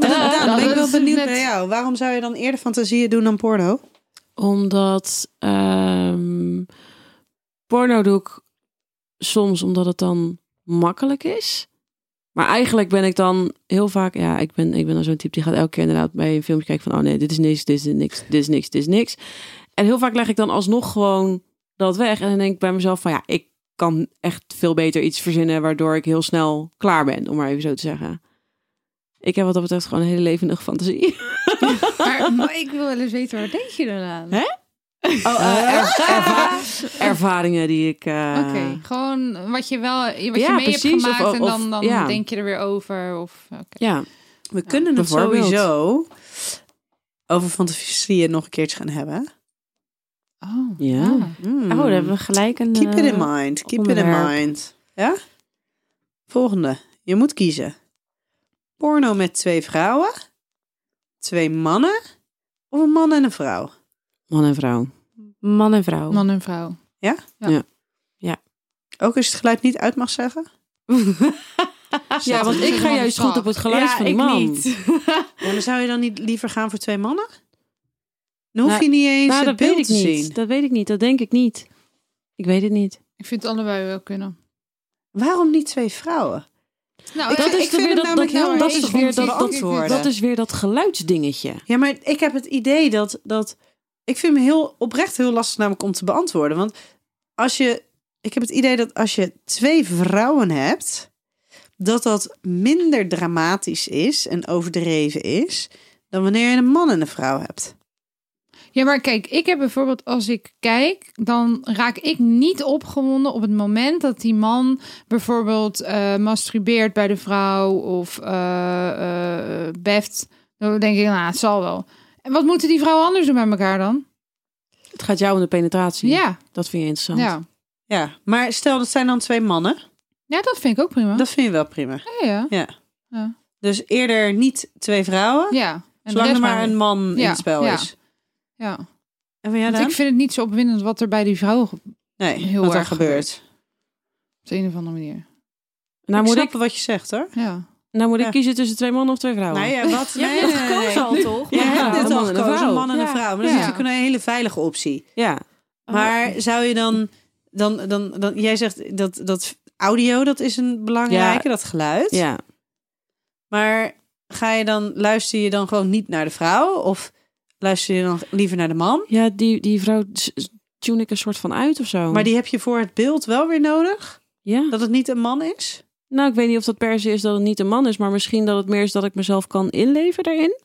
[SPEAKER 6] makkelijk.
[SPEAKER 5] daarom ben ik Oh, wel
[SPEAKER 6] Dat is
[SPEAKER 5] benieuwd
[SPEAKER 6] net-
[SPEAKER 5] naar jou. Waarom zou je dan eerder fantasieën doen dan porno?
[SPEAKER 4] Omdat ehm, porno doe ik soms omdat het dan makkelijk is. Maar eigenlijk ben ik dan heel vaak, ja, ik ben, ik ben dan zo'n type die gaat elke keer inderdaad bij een filmpje kijken van, oh nee, dit is niks, dit is niks, dit is niks, dit is niks. En heel vaak leg ik dan alsnog gewoon dat weg. En dan denk ik bij mezelf van, ja, ik kan echt veel beter iets verzinnen waardoor ik heel snel klaar ben, om maar even zo te zeggen. Ik heb wat dat betreft gewoon een hele levendige fantasie.
[SPEAKER 6] Maar, maar ik wil wel eens weten, waar denk je dan aan?
[SPEAKER 4] Hè? Oh, eh, er- erva- ervaringen die ik. eh,
[SPEAKER 6] Oké, gewoon wat je wel wat je
[SPEAKER 4] Ja,
[SPEAKER 6] mee hebt
[SPEAKER 4] precies, of-
[SPEAKER 6] gemaakt en
[SPEAKER 4] of-
[SPEAKER 6] dan, dan
[SPEAKER 4] ja.
[SPEAKER 6] denk je er weer over. Of, oké.
[SPEAKER 4] Ja,
[SPEAKER 5] We kunnen het
[SPEAKER 4] bijvoorbeeld.
[SPEAKER 5] sowieso over fantasieën nog een keertje gaan hebben.
[SPEAKER 6] Oh,
[SPEAKER 4] Ja.
[SPEAKER 6] ah.
[SPEAKER 5] Hmm.
[SPEAKER 3] Oh, dan hebben we gelijk een...
[SPEAKER 5] Keep it in
[SPEAKER 3] eh,
[SPEAKER 5] mind. Keep it in
[SPEAKER 3] onderwerp.
[SPEAKER 5] mind. Ja? Volgende. Je moet kiezen. Porno met twee vrouwen, twee mannen of een man en een vrouw.
[SPEAKER 4] man en vrouw.
[SPEAKER 3] Man en vrouw.
[SPEAKER 6] ah. Man en vrouw.
[SPEAKER 5] Ook als je het geluid niet uit mag zeggen.
[SPEAKER 4] Ja, want ik ga juist goed op het geluid
[SPEAKER 3] ja,
[SPEAKER 4] van die
[SPEAKER 3] ik
[SPEAKER 4] man. Nou,
[SPEAKER 3] niet.
[SPEAKER 5] Ja, maar zou je dan niet liever gaan voor twee mannen? Dan hoef je niet eens
[SPEAKER 4] Nou,
[SPEAKER 5] het
[SPEAKER 4] dat
[SPEAKER 5] beeld
[SPEAKER 4] weet ik
[SPEAKER 5] te
[SPEAKER 4] niet.
[SPEAKER 5] zien.
[SPEAKER 4] Dat weet ik niet. Dat denk ik niet. Ik weet het niet.
[SPEAKER 6] Ik vind het allebei wel kunnen.
[SPEAKER 5] Waarom niet twee vrouwen?
[SPEAKER 6] Nou,
[SPEAKER 5] Ik
[SPEAKER 6] ja,
[SPEAKER 4] dat
[SPEAKER 5] vind-
[SPEAKER 4] is
[SPEAKER 5] ik
[SPEAKER 4] dan
[SPEAKER 5] vind
[SPEAKER 4] weer
[SPEAKER 5] het
[SPEAKER 4] dat, dat,
[SPEAKER 5] namelijk
[SPEAKER 6] nou
[SPEAKER 5] heel
[SPEAKER 4] dat is
[SPEAKER 5] erg
[SPEAKER 4] weer
[SPEAKER 5] om te
[SPEAKER 4] dat, dat,
[SPEAKER 5] antwoorden.
[SPEAKER 4] dat is weer dat geluidsdingetje.
[SPEAKER 5] Ja, maar ik heb het idee dat, dat... Ik vind me heel oprecht heel lastig namelijk om te beantwoorden. Want als je... Ik heb het idee dat als je twee vrouwen hebt... dat dat minder dramatisch is en overdreven is... dan wanneer je een man en een vrouw hebt.
[SPEAKER 6] Ja, maar kijk, ik heb bijvoorbeeld als ik kijk, dan raak ik niet opgewonden op het moment dat die man bijvoorbeeld eh, masturbeert bij de vrouw of eh, eh, beft. Dan denk ik, nou, het zal wel. En wat moeten die vrouwen anders doen bij elkaar dan?
[SPEAKER 4] Het gaat jou om de penetratie.
[SPEAKER 6] Ja,
[SPEAKER 4] Dat vind je interessant.
[SPEAKER 6] ja.
[SPEAKER 5] Ja, maar stel dat zijn dan twee mannen.
[SPEAKER 6] ja, dat vind ik ook prima.
[SPEAKER 5] Dat vind je wel prima.
[SPEAKER 6] Ja, ja.
[SPEAKER 5] Dus eerder niet twee vrouwen...
[SPEAKER 6] ja. En de
[SPEAKER 5] zolang
[SPEAKER 6] rest
[SPEAKER 5] er maar
[SPEAKER 6] maar-
[SPEAKER 5] een man in
[SPEAKER 6] Ja,
[SPEAKER 5] het spel
[SPEAKER 6] ja.
[SPEAKER 5] is.
[SPEAKER 6] Ja.
[SPEAKER 5] En van jou
[SPEAKER 6] Want
[SPEAKER 5] dan?
[SPEAKER 6] ik vind het niet zo opwindend wat er bij die vrouw op
[SPEAKER 5] Nee,
[SPEAKER 6] heel
[SPEAKER 5] wat er
[SPEAKER 6] erg
[SPEAKER 5] gebeurt.
[SPEAKER 6] de een of andere manier.
[SPEAKER 4] Nou,
[SPEAKER 5] ik
[SPEAKER 4] moet
[SPEAKER 5] snap
[SPEAKER 4] ik,
[SPEAKER 5] wat je zegt hoor.
[SPEAKER 6] Ja.
[SPEAKER 4] nou moet ik
[SPEAKER 5] Ja.
[SPEAKER 4] kiezen tussen twee mannen of twee vrouwen.
[SPEAKER 5] Nou ja, wat? Nee, nee, nee, nee.
[SPEAKER 4] al, toch?
[SPEAKER 5] Je hebt net
[SPEAKER 4] een
[SPEAKER 5] al
[SPEAKER 4] man en een
[SPEAKER 5] gekozen, een
[SPEAKER 4] vrouw.
[SPEAKER 5] man en een
[SPEAKER 4] Ja. Oh.
[SPEAKER 5] vrouw. Maar dat
[SPEAKER 6] Ja.
[SPEAKER 5] is natuurlijk een hele veilige optie.
[SPEAKER 4] Ja.
[SPEAKER 5] Maar zou je dan... dan, dan, dan jij zegt dat, dat audio, dat is een belangrijke, dat geluid.
[SPEAKER 4] ja.
[SPEAKER 5] Maar ga je dan, luister je dan gewoon niet naar de vrouw? Of luister je dan liever naar de man?
[SPEAKER 4] Ja, die, die vrouw s- s- tune ik een soort van uit of zo.
[SPEAKER 5] Maar die heb je voor het beeld wel weer nodig?
[SPEAKER 4] ja.
[SPEAKER 5] Dat het niet een man is?
[SPEAKER 4] Nou, ik weet niet of dat per se is dat het niet een man is, maar misschien dat het meer is dat ik mezelf kan inleven daarin.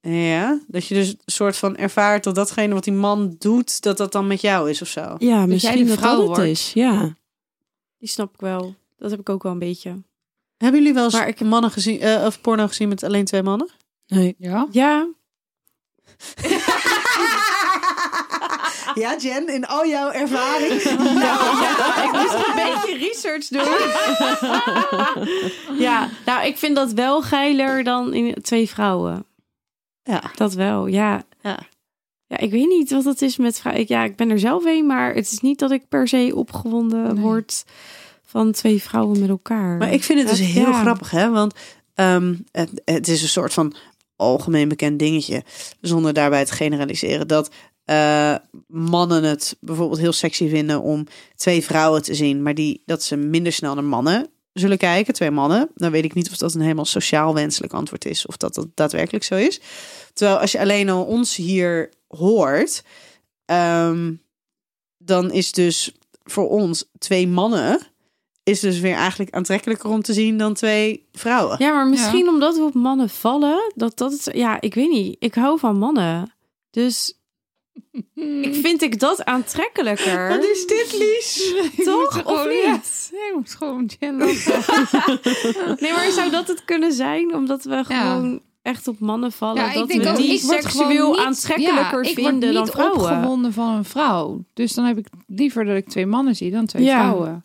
[SPEAKER 5] Ja, dat je dus een soort van ervaart dat datgene wat die man doet, dat dat dan met jou is of zo.
[SPEAKER 4] Ja,
[SPEAKER 3] jij
[SPEAKER 4] misschien
[SPEAKER 3] de
[SPEAKER 4] dat
[SPEAKER 3] vrouw
[SPEAKER 4] dat het
[SPEAKER 3] wordt.
[SPEAKER 4] is. Ja.
[SPEAKER 3] Die snap ik wel. Dat heb ik ook wel een beetje.
[SPEAKER 5] Hebben jullie wel eens
[SPEAKER 3] Maar
[SPEAKER 5] ik... mannen gezien, eh, of porno gezien met alleen twee mannen?
[SPEAKER 4] Nee.
[SPEAKER 6] Ja.
[SPEAKER 3] Ja,
[SPEAKER 5] Ja, Jen, in al jouw ervaring.
[SPEAKER 3] ik moest een beetje research doen. ja, nou, ik vind dat wel geiler dan in twee vrouwen.
[SPEAKER 5] Ja.
[SPEAKER 3] Dat wel, ja.
[SPEAKER 5] Ja.
[SPEAKER 3] Ja, ik weet niet wat het is met vrouwen. Ik- Ja, ik ben er zelf een, maar het is niet dat ik per se opgewonden
[SPEAKER 6] Nee.
[SPEAKER 3] word van twee vrouwen met elkaar.
[SPEAKER 5] Maar ik vind het dus
[SPEAKER 3] Ja,
[SPEAKER 5] heel
[SPEAKER 3] ja.
[SPEAKER 5] grappig, hè? Want ehm, het, het is een soort van algemeen bekend dingetje. Zonder daarbij te generaliseren. Dat eh, mannen het bijvoorbeeld heel sexy vinden om twee vrouwen te zien. Maar die, dat ze minder snel naar mannen zullen kijken. Twee mannen. Dan weet ik niet of dat een helemaal sociaal wenselijk antwoord is. Of dat dat daadwerkelijk zo is. Terwijl als je alleen al ons hier hoort. ehm, dan is dus voor ons twee mannen is dus weer eigenlijk aantrekkelijker om te zien dan twee vrouwen.
[SPEAKER 3] Ja, maar misschien omdat we op mannen vallen, dat dat het, ja, ik weet niet. Ik hou van mannen. Dus ik vind ik dat
[SPEAKER 5] Wat
[SPEAKER 3] aantrekkelijker.
[SPEAKER 5] is dit, Lies?
[SPEAKER 3] Toch? Of niet?
[SPEAKER 6] Nee, ik moet gewoon channelen.
[SPEAKER 3] Nee, maar zou dat het kunnen zijn? Omdat we gewoon echt op mannen vallen.
[SPEAKER 6] Ja,
[SPEAKER 3] dat
[SPEAKER 6] ik denk
[SPEAKER 3] we
[SPEAKER 6] ook,
[SPEAKER 3] die
[SPEAKER 6] ik word
[SPEAKER 3] seksueel
[SPEAKER 6] gewoon niet-
[SPEAKER 3] aantrekkelijker
[SPEAKER 6] ja, ik word
[SPEAKER 3] vinden
[SPEAKER 6] niet
[SPEAKER 3] dan vrouwen.
[SPEAKER 6] opgewonden van een vrouw. Dus dan heb ik liever dat ik twee mannen zie dan twee
[SPEAKER 3] Ja.
[SPEAKER 6] vrouwen.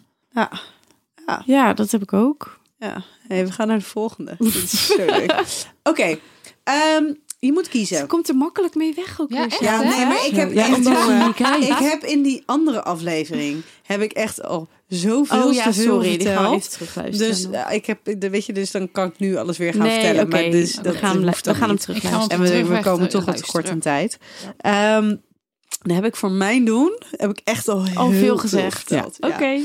[SPEAKER 3] Ja, dat heb ik ook.
[SPEAKER 5] Ja, hey, we gaan naar de volgende. Dit is zo leuk. Oké, ehm, je moet
[SPEAKER 3] Ze
[SPEAKER 5] kiezen.
[SPEAKER 3] komt er makkelijk mee weg ook
[SPEAKER 6] Ja,
[SPEAKER 3] weer.
[SPEAKER 6] echt,
[SPEAKER 3] Sjaak.
[SPEAKER 6] hè?
[SPEAKER 5] Ja, nee, maar ik heb,
[SPEAKER 4] Ja,
[SPEAKER 5] echt, eh,
[SPEAKER 4] omdat we niet
[SPEAKER 5] ik
[SPEAKER 4] kijken.
[SPEAKER 5] heb in die andere aflevering heb ik echt al zoveel
[SPEAKER 3] Oh ja,
[SPEAKER 5] te veel
[SPEAKER 3] sorry. Die gaan we even
[SPEAKER 5] verteld.
[SPEAKER 3] terugluisteren.
[SPEAKER 5] Dus eh, ik heb, de- weet je, dus dan kan ik nu alles weer gaan
[SPEAKER 3] nee,
[SPEAKER 5] vertellen.
[SPEAKER 3] oké.
[SPEAKER 5] maar dus,
[SPEAKER 3] we,
[SPEAKER 5] dat
[SPEAKER 3] gaan, hem-
[SPEAKER 5] hoeft dan
[SPEAKER 3] we gaan hem
[SPEAKER 5] niet.
[SPEAKER 6] Ik ga
[SPEAKER 3] terugluisteren.
[SPEAKER 6] hem-
[SPEAKER 5] En we, we
[SPEAKER 6] terug
[SPEAKER 5] komen
[SPEAKER 6] weg-
[SPEAKER 5] toch wat kort
[SPEAKER 6] luisteren.
[SPEAKER 5] in tijd. Ehm, dan heb ik voor mijn doen, heb ik echt al heel
[SPEAKER 3] Al veel gezegd.
[SPEAKER 5] verteld. Ja.
[SPEAKER 3] Oké.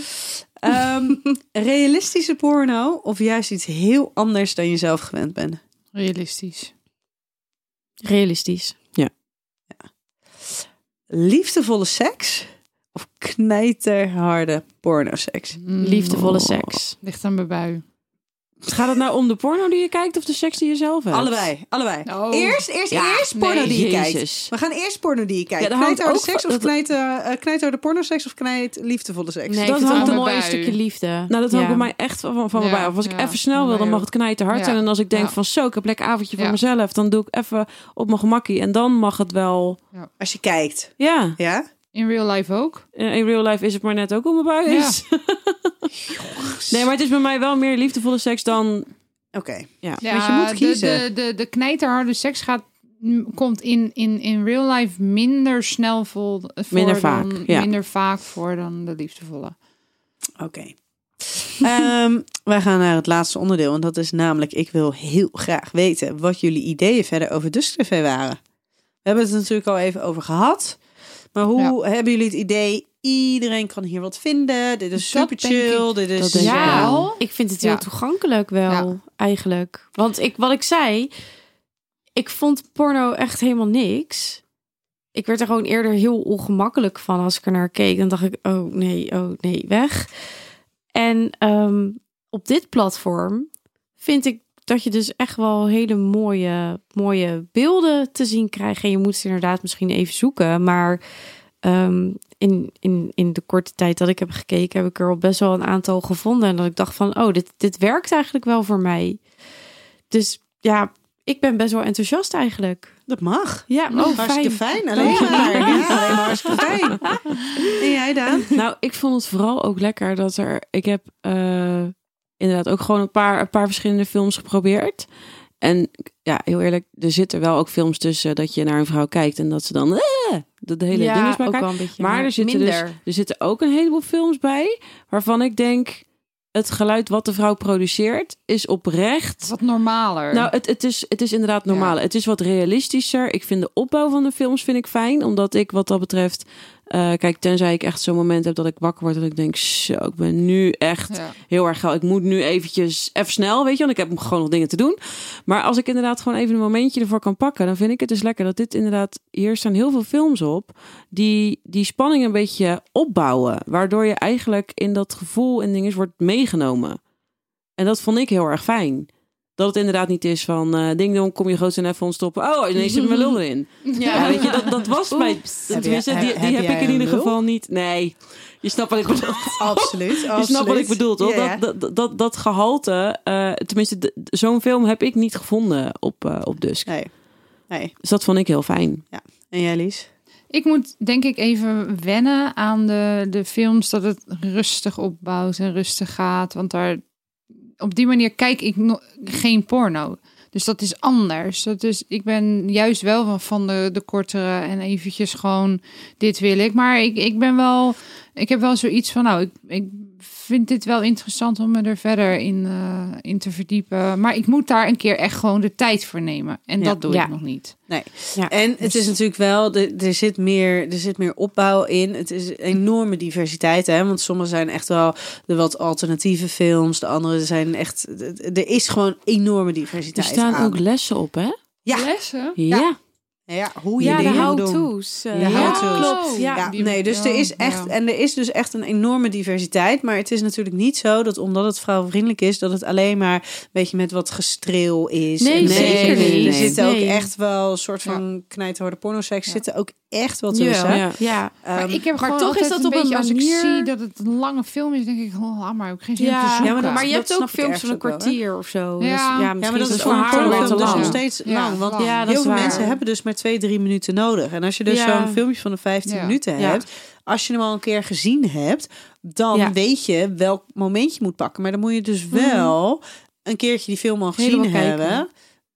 [SPEAKER 5] Ehm, realistische porno of juist iets heel anders dan je zelf gewend bent?
[SPEAKER 6] Realistisch.
[SPEAKER 3] Realistisch.
[SPEAKER 5] Liefdevolle seks of knijterharde pornoseks?
[SPEAKER 3] Liefdevolle
[SPEAKER 4] Oh.
[SPEAKER 3] seks.
[SPEAKER 6] Hmm. Ligt aan mijn bui.
[SPEAKER 4] Gaat het nou om de porno die je kijkt of de seks die je zelf hebt?
[SPEAKER 5] Allebei, allebei.
[SPEAKER 6] Oh.
[SPEAKER 5] Eerst, eerst, eerst porno
[SPEAKER 6] nee,
[SPEAKER 5] die je kijkt.
[SPEAKER 4] Jezus.
[SPEAKER 5] We gaan eerst porno die je kijkt.
[SPEAKER 4] Ja, dat hangt
[SPEAKER 5] knijterharde
[SPEAKER 4] ook
[SPEAKER 5] seks
[SPEAKER 4] van-
[SPEAKER 5] of
[SPEAKER 4] dat-
[SPEAKER 5] knijt, eh, eh, knijterharde pornoseks of knijt liefdevolle seks?
[SPEAKER 3] Nee,
[SPEAKER 4] Dat
[SPEAKER 3] dat ik vind
[SPEAKER 4] hangt
[SPEAKER 3] het
[SPEAKER 6] aan
[SPEAKER 3] een mooi
[SPEAKER 6] mijn bui.
[SPEAKER 3] stukje liefde.
[SPEAKER 4] Nou, dat
[SPEAKER 3] ja.
[SPEAKER 4] hangt bij mij echt van, van
[SPEAKER 6] Ja,
[SPEAKER 4] mij af. Als ik
[SPEAKER 6] ja,
[SPEAKER 4] even snel wil,
[SPEAKER 6] mij
[SPEAKER 4] dan mag
[SPEAKER 6] ook.
[SPEAKER 4] het knijterhard
[SPEAKER 6] Ja.
[SPEAKER 4] zijn. En als ik denk
[SPEAKER 6] Ja.
[SPEAKER 4] van zo, ik heb lekker avondje voor
[SPEAKER 6] Ja.
[SPEAKER 4] mezelf. Dan doe ik even op mijn gemakkie. En dan mag het wel...
[SPEAKER 5] Als je kijkt,
[SPEAKER 4] Ja,
[SPEAKER 5] ja?
[SPEAKER 6] In real life ook.
[SPEAKER 4] Eh, in real life is het maar net ook om mijn bui
[SPEAKER 6] Ja.
[SPEAKER 4] is. nee, maar het is bij mij wel meer liefdevolle seks dan...
[SPEAKER 5] Oké.
[SPEAKER 6] Ja,
[SPEAKER 5] Want je moet
[SPEAKER 6] de-
[SPEAKER 5] kiezen.
[SPEAKER 6] De, de, de, knijterharde seks gaat, m, komt in, in, in real life minder snel vol, voor
[SPEAKER 4] Minder
[SPEAKER 6] dan,
[SPEAKER 4] vaak, ja.
[SPEAKER 6] minder vaak voor dan de liefdevolle.
[SPEAKER 5] Oké. Ehm, wij gaan naar het laatste onderdeel. En dat is namelijk, ik wil heel graag weten wat jullie ideeën verder over Dusk TV waren. hebben het er natuurlijk al even over gehad. Maar hoe hebben jullie het idee? Iedereen kan hier wat vinden. Dit is
[SPEAKER 6] Dat
[SPEAKER 5] super
[SPEAKER 6] denk ik.
[SPEAKER 5] chill. Dit
[SPEAKER 4] Dat
[SPEAKER 5] is
[SPEAKER 4] denk ik
[SPEAKER 3] Dus Ja.
[SPEAKER 4] wel.
[SPEAKER 3] Ik vind het
[SPEAKER 6] Ja.
[SPEAKER 3] heel toegankelijk wel, eigenlijk. Want ik, wat ik zei, ik vond porno echt helemaal niks. Ik werd er gewoon eerder heel ongemakkelijk van als ik er naar keek. Dan dacht ik, oh nee, oh nee, weg. En ehm, op dit platform vind ik dat je dus echt wel hele mooie, mooie beelden te zien krijgt. En je moet ze inderdaad misschien even zoeken. Maar ehm, in, in, in de korte tijd dat ik heb gekeken, heb ik er al best wel een aantal gevonden. En dat ik dacht van, oh, dit, dit werkt eigenlijk wel voor mij. Dus ja, ik ben best wel enthousiast eigenlijk.
[SPEAKER 5] Dat mag.
[SPEAKER 3] Ja, oh,
[SPEAKER 5] hartstikke
[SPEAKER 3] fijn.
[SPEAKER 5] fijn. Alleen maar. Ja, alleen maar hartstikke fijn. En jij Daan?
[SPEAKER 4] Nou, ik vond het vooral ook lekker dat er. Ik heb eh, inderdaad ook gewoon een paar, een paar verschillende films geprobeerd. En ja, heel eerlijk, er zitten wel ook films tussen dat je naar een vrouw kijkt en dat ze dan. eh, dat de hele ding is bij
[SPEAKER 3] ook
[SPEAKER 4] elkaar.
[SPEAKER 3] wel een beetje.
[SPEAKER 4] Maar er zitten, dus,
[SPEAKER 3] minder.
[SPEAKER 4] er zitten ook een heleboel films bij waarvan ik denk. Het geluid wat de vrouw produceert is oprecht.
[SPEAKER 6] is wat normaler.
[SPEAKER 4] Nou, het, het, is, het is inderdaad normaal. Het is wat realistischer. Ik vind de opbouw van de films vind ik fijn. Omdat ik wat dat betreft... eh, kijk, tenzij ik echt zo'n moment heb dat ik wakker word... dat ik denk, zo, ik ben nu echt
[SPEAKER 6] Ja.
[SPEAKER 4] heel erg geil. Ik moet nu eventjes even snel, weet je. Want ik heb gewoon nog dingen te doen. Maar als ik inderdaad gewoon even een momentje ervoor kan pakken... dan vind ik het dus lekker dat dit inderdaad... Hier staan heel veel films op die die spanning een beetje opbouwen. Waardoor je eigenlijk in dat gevoel en dinges wordt meegenomen. En dat vond ik heel erg fijn. Dat het inderdaad niet is van eh ding dong, kom je groot en even ontstoppen. Oh, ineens zit mijn lul erin. Ja, weet je, dat, dat was mijn...
[SPEAKER 5] Heb
[SPEAKER 4] Tenminste,
[SPEAKER 5] jij-
[SPEAKER 4] die,
[SPEAKER 5] heb-
[SPEAKER 4] die
[SPEAKER 5] heb
[SPEAKER 4] heb
[SPEAKER 5] jij
[SPEAKER 4] ik in
[SPEAKER 5] een
[SPEAKER 4] ieder
[SPEAKER 5] lul?
[SPEAKER 4] geval niet. Nee, je snapt wat ik bedoel.
[SPEAKER 5] Absoluut.
[SPEAKER 4] Je
[SPEAKER 5] absoluut.
[SPEAKER 4] snapt wat ik bedoel, toch?
[SPEAKER 5] Ja, ja.
[SPEAKER 4] Dat, dat, dat, dat gehalte, eh, tenminste, d- d- zo'n film heb ik niet gevonden op, eh, op Dusk.
[SPEAKER 5] Nee. nee.
[SPEAKER 4] Dus dat vond ik heel fijn.
[SPEAKER 5] En jij Lies?
[SPEAKER 6] Ik moet denk ik even wennen aan de, de films dat het rustig opbouwt en rustig gaat. Want daar, op die manier kijk ik no- geen porno. Dus dat is anders. Dat is, ik ben juist wel van, van de, de kortere en eventjes gewoon dit wil ik. Maar ik, ik ben wel, ik heb wel zoiets van nou, ik, ik vind dit wel interessant om me er verder in, eh, in te verdiepen. Maar ik moet daar een keer echt gewoon de tijd voor nemen. En
[SPEAKER 5] Ja.
[SPEAKER 6] dat doe
[SPEAKER 3] Ja.
[SPEAKER 6] ik nog niet.
[SPEAKER 5] En het is natuurlijk wel, er, er, zit meer, er zit meer opbouw in. Het is enorme diversiteit, hè? Want sommige zijn echt wel de wat alternatieve films. De andere zijn echt, er is gewoon enorme
[SPEAKER 4] Er
[SPEAKER 5] diversiteit
[SPEAKER 4] staan
[SPEAKER 5] aan.
[SPEAKER 4] ook lessen op, hè?
[SPEAKER 5] Ja.
[SPEAKER 6] Lessen?
[SPEAKER 4] ja.
[SPEAKER 5] Ja, hoe je
[SPEAKER 3] Ja, de
[SPEAKER 5] dingen moet doen.
[SPEAKER 3] how-to's. eh,
[SPEAKER 5] Ja,
[SPEAKER 3] ja,
[SPEAKER 5] how-to's.
[SPEAKER 3] klopt. Ja.
[SPEAKER 5] Ja,
[SPEAKER 6] Die-
[SPEAKER 5] nee, dus er is
[SPEAKER 6] ja,
[SPEAKER 5] echt,
[SPEAKER 6] ja.
[SPEAKER 5] en er is dus echt een enorme diversiteit. Maar het is natuurlijk niet zo dat omdat het vrouwvriendelijk is, dat het alleen maar een beetje met wat gestreel is.
[SPEAKER 3] Nee,
[SPEAKER 5] En een
[SPEAKER 4] zeker
[SPEAKER 5] beetje-
[SPEAKER 4] niet.
[SPEAKER 5] Er zitten ook
[SPEAKER 3] Nee.
[SPEAKER 5] echt wel een soort van knijterharde pornoseks,
[SPEAKER 6] Ja.
[SPEAKER 5] zitten ook echt wel
[SPEAKER 3] Ja.
[SPEAKER 5] tussen.
[SPEAKER 4] Ja.
[SPEAKER 3] Ja.
[SPEAKER 5] Ehm,
[SPEAKER 6] Maar ik heb
[SPEAKER 3] maar
[SPEAKER 6] gewoon
[SPEAKER 3] toch
[SPEAKER 6] altijd
[SPEAKER 3] is dat
[SPEAKER 6] een
[SPEAKER 3] op een
[SPEAKER 6] beetje,
[SPEAKER 3] manier-
[SPEAKER 6] Als ik zie dat het een lange film is, denk ik, oh, laat maar ook geen zin om te
[SPEAKER 3] Ja,
[SPEAKER 6] zoeken.
[SPEAKER 5] Ja, maar
[SPEAKER 3] maar,
[SPEAKER 5] dat-
[SPEAKER 3] je
[SPEAKER 5] dat
[SPEAKER 3] hebt ook
[SPEAKER 5] snap ik
[SPEAKER 3] films
[SPEAKER 5] ergens
[SPEAKER 3] van een
[SPEAKER 5] ook wel, hè?
[SPEAKER 3] kwartier of zo.
[SPEAKER 6] Ja.
[SPEAKER 3] Dus,
[SPEAKER 6] Ja,
[SPEAKER 3] ja,
[SPEAKER 6] maar
[SPEAKER 5] Ja,
[SPEAKER 3] misschien
[SPEAKER 5] maar dat
[SPEAKER 3] is
[SPEAKER 5] is
[SPEAKER 3] dat voor haar
[SPEAKER 4] porno
[SPEAKER 3] wel
[SPEAKER 4] wel
[SPEAKER 5] porno
[SPEAKER 4] te
[SPEAKER 5] dus
[SPEAKER 4] lang.
[SPEAKER 5] nog steeds
[SPEAKER 6] Ja,
[SPEAKER 5] lang. Want
[SPEAKER 6] lang. Ja,
[SPEAKER 3] dat
[SPEAKER 5] heel
[SPEAKER 3] is
[SPEAKER 5] veel
[SPEAKER 3] waar.
[SPEAKER 5] mensen hebben dus maar twee, drie minuten nodig. En als je dus
[SPEAKER 3] Ja.
[SPEAKER 5] zo'n filmpje van de 15
[SPEAKER 6] Ja.
[SPEAKER 5] minuten
[SPEAKER 3] Ja.
[SPEAKER 5] hebt, als je hem al een keer gezien hebt, dan
[SPEAKER 3] Ja. Mhm.
[SPEAKER 5] weet je welk moment je moet pakken. Maar dan moet je dus wel een keertje die film al gezien
[SPEAKER 3] Helemaal kijken.
[SPEAKER 5] hebben.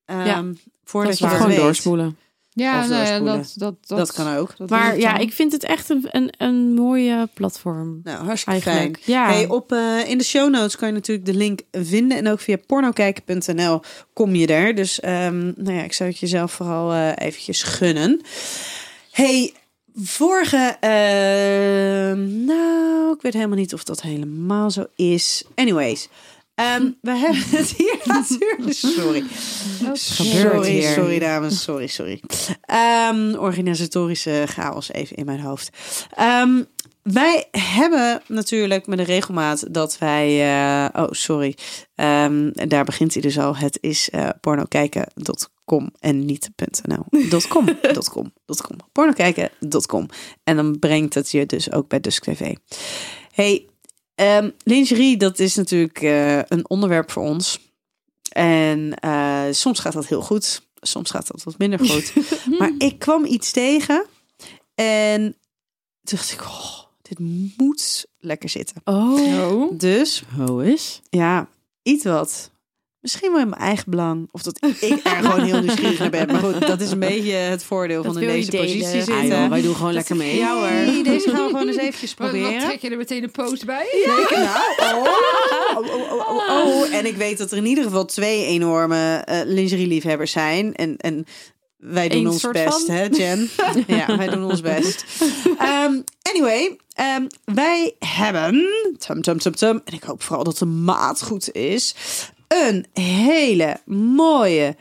[SPEAKER 5] ehm,
[SPEAKER 3] Dat
[SPEAKER 5] Voordat
[SPEAKER 3] is
[SPEAKER 5] je
[SPEAKER 3] waar.
[SPEAKER 5] dat
[SPEAKER 4] Gewoon
[SPEAKER 5] weet.
[SPEAKER 4] doorspoelen.
[SPEAKER 6] Ja,
[SPEAKER 5] Of
[SPEAKER 6] nou ja,
[SPEAKER 5] doorspoelen.
[SPEAKER 6] dat, dat, dat,
[SPEAKER 5] Dat kan ook.
[SPEAKER 6] dat
[SPEAKER 3] Maar
[SPEAKER 6] doe
[SPEAKER 3] ja,
[SPEAKER 6] dan.
[SPEAKER 3] ik vind het echt een, een, een mooie platform.
[SPEAKER 5] Nou, hartstikke fijn.
[SPEAKER 3] Eigenlijk. Ja.
[SPEAKER 5] Hey, op, eh, in de show notes kan je natuurlijk de link vinden. En ook via pornokijken.nl kom je er. Dus ehm, nou ja, ik zou het jezelf vooral eh, eventjes gunnen. Hey, vorige... ehm, nou, ik weet helemaal niet of dat helemaal zo is. Anyways, ehm, we hebben het hier natuurlijk... Sorry. Sorry,
[SPEAKER 4] hier?
[SPEAKER 5] sorry dames, sorry, sorry. Ehm, organisatorische chaos even in mijn hoofd. Ehm, wij hebben natuurlijk met de regelmaat dat wij... eh, oh, sorry. Ehm, daar begint hij dus al. Het is eh pornokijken.com en niet .nl. Dot .com, dot .com, dot .com. Pornokijken.com. En dan brengt het je dus ook bij Dusk TV. hey, ehm, lingerie, dat is natuurlijk eh, een onderwerp voor ons. En eh, soms gaat dat heel goed, soms gaat dat wat minder goed. maar ik kwam iets tegen en toen dacht ik, oh, dit moet lekker zitten.
[SPEAKER 4] Oh.
[SPEAKER 5] Dus
[SPEAKER 4] Ho is.
[SPEAKER 5] ja, iets wat. Misschien wel in mijn eigen belang. Of dat ik er gewoon heel nieuwsgierig naar ben. Maar goed, dat is een beetje het voordeel
[SPEAKER 3] Dat
[SPEAKER 5] van in
[SPEAKER 3] wil je
[SPEAKER 5] deze
[SPEAKER 3] delen.
[SPEAKER 5] positie
[SPEAKER 3] Ah,
[SPEAKER 5] zitten.
[SPEAKER 4] wij doen gewoon lekker mee.
[SPEAKER 5] Ja hoor. Deze gaan we gewoon eens eventjes
[SPEAKER 6] Wat- wat
[SPEAKER 5] proberen.
[SPEAKER 6] trek je er meteen een post bij?
[SPEAKER 5] Nee, ik- nou, oh, oh, oh, oh,
[SPEAKER 3] Ah.
[SPEAKER 5] oh, oh. En ik weet dat er in ieder geval twee enorme eh lingerie-liefhebbers zijn. En, en wij doen
[SPEAKER 3] Eén
[SPEAKER 5] ons
[SPEAKER 3] soort
[SPEAKER 5] best,
[SPEAKER 3] van.
[SPEAKER 5] hè, Jen? ja, wij doen ons best. Ehm, anyway, ehm, wij hebben, tum, tum, tum, tum, en ik hoop vooral dat de maat goed is, een hele mooie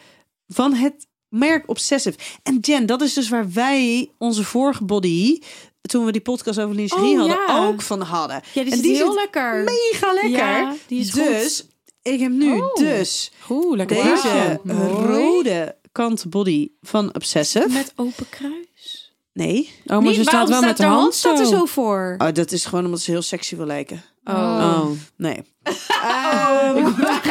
[SPEAKER 5] van het merk Obsessive. En Jen, dat is dus waar wij onze vorige body, toen we die podcast over lingerie
[SPEAKER 3] Oh,
[SPEAKER 5] hadden,
[SPEAKER 3] ja.
[SPEAKER 5] ook van hadden.
[SPEAKER 3] Ja, die
[SPEAKER 5] En
[SPEAKER 3] is
[SPEAKER 5] die
[SPEAKER 3] heel
[SPEAKER 5] zit
[SPEAKER 3] lekker.
[SPEAKER 5] Mega lekker.
[SPEAKER 3] Ja, die is
[SPEAKER 5] dus, ik heb nu dus
[SPEAKER 4] Oeh, lekker.
[SPEAKER 5] deze
[SPEAKER 6] Oh. Wauw.
[SPEAKER 5] rode kant body van Obsessive.
[SPEAKER 3] goed. Met open kruis.
[SPEAKER 5] Nee.
[SPEAKER 4] Oh, maar ze staat wel met de hand zo.
[SPEAKER 3] staat er zo voor?
[SPEAKER 5] Oh, dat is gewoon omdat ze heel sexy wil lijken. Ehm,
[SPEAKER 6] Oh.
[SPEAKER 5] Nee. Ehm,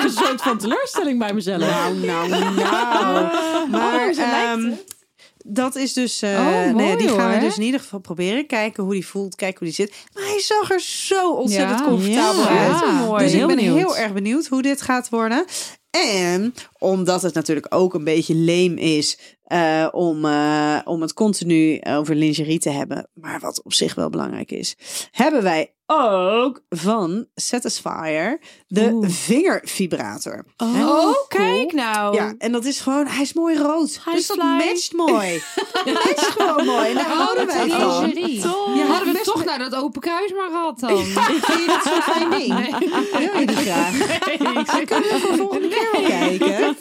[SPEAKER 4] Een soort van teleurstelling bij mezelf. Nou, nou,
[SPEAKER 5] maar
[SPEAKER 6] zo nou. Oh, lijkt
[SPEAKER 5] ehm, dat is dus... eh,
[SPEAKER 6] Oh, mooi
[SPEAKER 5] nee, die gaan we
[SPEAKER 6] hoor.
[SPEAKER 5] dus in ieder geval proberen. Kijken hoe die voelt, kijken hoe die zit. Maar hij zag er zo ontzettend
[SPEAKER 6] Ja.
[SPEAKER 5] comfortabel
[SPEAKER 4] Ja.
[SPEAKER 5] uit.
[SPEAKER 4] mooi.
[SPEAKER 5] Dus
[SPEAKER 4] Oh, Heel
[SPEAKER 5] ik ben
[SPEAKER 4] benieuwd.
[SPEAKER 5] heel erg benieuwd hoe dit gaat worden. En omdat het natuurlijk ook een beetje leem is eh, om, eh, om het continu over lingerie te hebben, maar wat op zich wel belangrijk is, hebben wij ook van Satisfyer de vingervibrator.
[SPEAKER 3] Oh, kijk nou.
[SPEAKER 5] Ja, en dat is gewoon, hij is mooi rood.
[SPEAKER 3] Hij
[SPEAKER 5] dus
[SPEAKER 3] is
[SPEAKER 5] dat
[SPEAKER 3] fly.
[SPEAKER 5] matcht mooi. dat matcht gewoon mooi. En daar
[SPEAKER 6] Oh,
[SPEAKER 5] houden wij van.
[SPEAKER 6] Lingerie.
[SPEAKER 5] Toch?
[SPEAKER 6] Ja, hadden we
[SPEAKER 5] Best
[SPEAKER 6] toch naar dat open kruis maar gehad dan.
[SPEAKER 5] Vind je dat zo'n fijn ding? Wil je die graag? Dan kunnen we voor volgende keer wel kijken.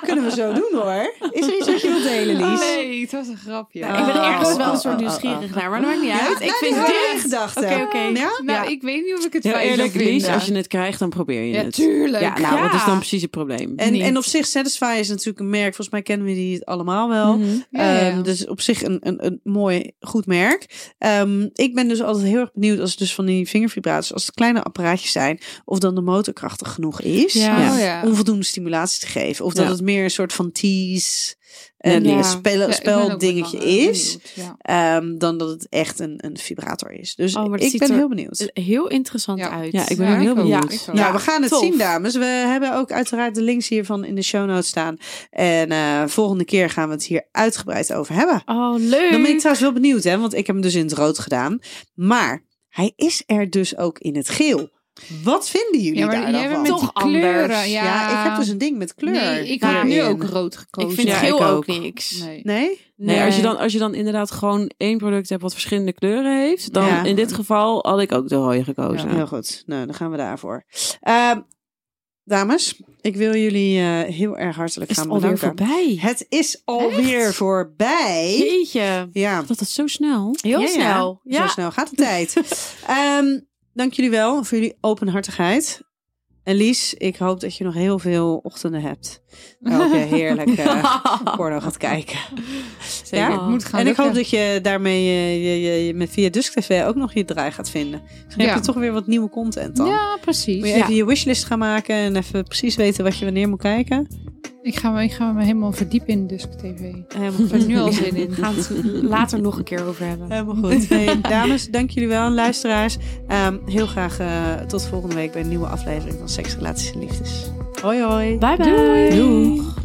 [SPEAKER 5] kunnen we zo doen hoor. Is er iets wat je wilt delen, Lies?
[SPEAKER 6] Nee, het was een grapje.
[SPEAKER 3] Ik ben
[SPEAKER 5] Oh,
[SPEAKER 3] ergens wel
[SPEAKER 5] oh,
[SPEAKER 3] een soort
[SPEAKER 5] oh,
[SPEAKER 3] nieuwsgierig naar, maar dat maakt niet uit.
[SPEAKER 5] nou,
[SPEAKER 3] Ik vind
[SPEAKER 5] dit...
[SPEAKER 3] dit...
[SPEAKER 5] gedachten.
[SPEAKER 3] Oké, oké.
[SPEAKER 5] Ja?
[SPEAKER 6] Nou,
[SPEAKER 3] Ja.
[SPEAKER 6] ik weet niet of ik het
[SPEAKER 4] Heel
[SPEAKER 6] fijn
[SPEAKER 4] eerlijk,
[SPEAKER 6] zou vinden.
[SPEAKER 4] Lies, als je het krijgt, dan probeer je
[SPEAKER 6] Ja,
[SPEAKER 4] het.
[SPEAKER 6] tuurlijk.
[SPEAKER 4] Ja, nou, wat is
[SPEAKER 6] Ja.
[SPEAKER 4] dan precies het probleem?
[SPEAKER 5] En,
[SPEAKER 6] Niet.
[SPEAKER 5] en op zich, Satisfy is natuurlijk een merk. Volgens mij kennen we die het allemaal wel.
[SPEAKER 6] Ja, ja, ja.
[SPEAKER 5] Ehm, dus op zich een, een, een mooi, goed merk. Ehm, ik ben dus altijd heel erg benieuwd als het dus van die vingervibraties, als het kleine apparaatjes zijn, of dan de motor krachtig genoeg is
[SPEAKER 3] Ja.
[SPEAKER 6] Oh, ja.
[SPEAKER 5] om voldoende stimulatie te geven. Of dat
[SPEAKER 4] Ja.
[SPEAKER 5] het meer een soort van tease en
[SPEAKER 3] Ja.
[SPEAKER 5] een
[SPEAKER 6] Ja, ik
[SPEAKER 5] spel,
[SPEAKER 6] ben ook
[SPEAKER 5] speldingetje
[SPEAKER 6] wel, eh,
[SPEAKER 5] is,
[SPEAKER 6] benieuwd, ja.
[SPEAKER 5] ehm, dan dat het echt een, een vibrator is. Dus
[SPEAKER 3] Oh, maar dat
[SPEAKER 5] ik
[SPEAKER 3] ziet
[SPEAKER 5] ben
[SPEAKER 3] er-
[SPEAKER 5] heel benieuwd.
[SPEAKER 3] Heel interessant
[SPEAKER 6] Ja.
[SPEAKER 3] uit.
[SPEAKER 4] Ja, ik ben
[SPEAKER 6] Ja,
[SPEAKER 4] ook heel
[SPEAKER 6] ik ook.
[SPEAKER 4] benieuwd.
[SPEAKER 6] Ja, ik ook.
[SPEAKER 5] Nou, we gaan het
[SPEAKER 4] tof.
[SPEAKER 5] zien, dames. We hebben ook uiteraard de links hiervan in de show notes staan. En eh, volgende keer gaan we het hier uitgebreid over hebben.
[SPEAKER 3] Oh, leuk.
[SPEAKER 5] Dan ben ik trouwens wel benieuwd, hè, want ik heb hem dus in het rood gedaan. Maar hij is er dus ook in het geel. Wat vinden jullie
[SPEAKER 6] Ja, maar
[SPEAKER 5] daar
[SPEAKER 6] jij
[SPEAKER 5] dan van?
[SPEAKER 6] bent met die
[SPEAKER 3] Toch anders.
[SPEAKER 6] kleuren. Ja.
[SPEAKER 5] ja. ik heb dus een ding met kleur.
[SPEAKER 6] Nee, ik heb nu
[SPEAKER 5] daarin.
[SPEAKER 6] ook rood gekozen.
[SPEAKER 3] Ik vind
[SPEAKER 4] Ja,
[SPEAKER 3] het geel
[SPEAKER 4] ik
[SPEAKER 3] ook
[SPEAKER 4] ook.
[SPEAKER 3] niks.
[SPEAKER 6] Nee.
[SPEAKER 5] Nee?
[SPEAKER 4] Nee, als je, dan, als je dan inderdaad gewoon één product hebt wat verschillende kleuren heeft, dan
[SPEAKER 5] Ja.
[SPEAKER 4] in dit geval had ik ook de rode gekozen.
[SPEAKER 5] Heel goed. Nou, dan gaan we daarvoor. Ehm, dames, ik wil jullie eh, heel erg hartelijk
[SPEAKER 3] Is
[SPEAKER 5] gaan
[SPEAKER 3] het alweer
[SPEAKER 5] bedanken.
[SPEAKER 3] voorbij?
[SPEAKER 5] Het is alweer voorbij.
[SPEAKER 3] Jeetje.
[SPEAKER 5] Ja,
[SPEAKER 4] Dat is zo snel.
[SPEAKER 3] Heel
[SPEAKER 5] Ja, ja.
[SPEAKER 3] snel. Ja.
[SPEAKER 5] zo snel gaat de tijd. Ehm, dank jullie wel voor jullie openhartigheid. En Lies, ik hoop dat je nog heel veel ochtenden hebt. Waarop je heerlijk eh, porno gaat kijken. Ja?
[SPEAKER 6] Het moet gaan
[SPEAKER 5] En ik hoop
[SPEAKER 6] lukken.
[SPEAKER 5] dat je daarmee eh, je, je, je met via Dusk TV ook nog je draai gaat vinden. Misschien
[SPEAKER 6] Ja.
[SPEAKER 5] heb je toch weer wat nieuwe content dan.
[SPEAKER 6] Ja,
[SPEAKER 5] Moet
[SPEAKER 6] precies.
[SPEAKER 5] je
[SPEAKER 6] Ja.
[SPEAKER 5] even je wishlist gaan maken en even precies weten wat je wanneer moet kijken.
[SPEAKER 6] Ik, ga me, ik ga me helemaal verdiepen in Dusk TV. Ik
[SPEAKER 5] Helemaal
[SPEAKER 6] heb er
[SPEAKER 5] goed.
[SPEAKER 6] nu al zin in.
[SPEAKER 3] We gaan het later nog een keer over hebben.
[SPEAKER 5] Helemaal goed. Hey, dames, dank jullie wel. En luisteraars, ehm, heel graag eh, tot volgende week bij een nieuwe aflevering van Seks, Relaties en Liefdes. Hoi hoi.
[SPEAKER 3] Bye bye.
[SPEAKER 4] Doeg.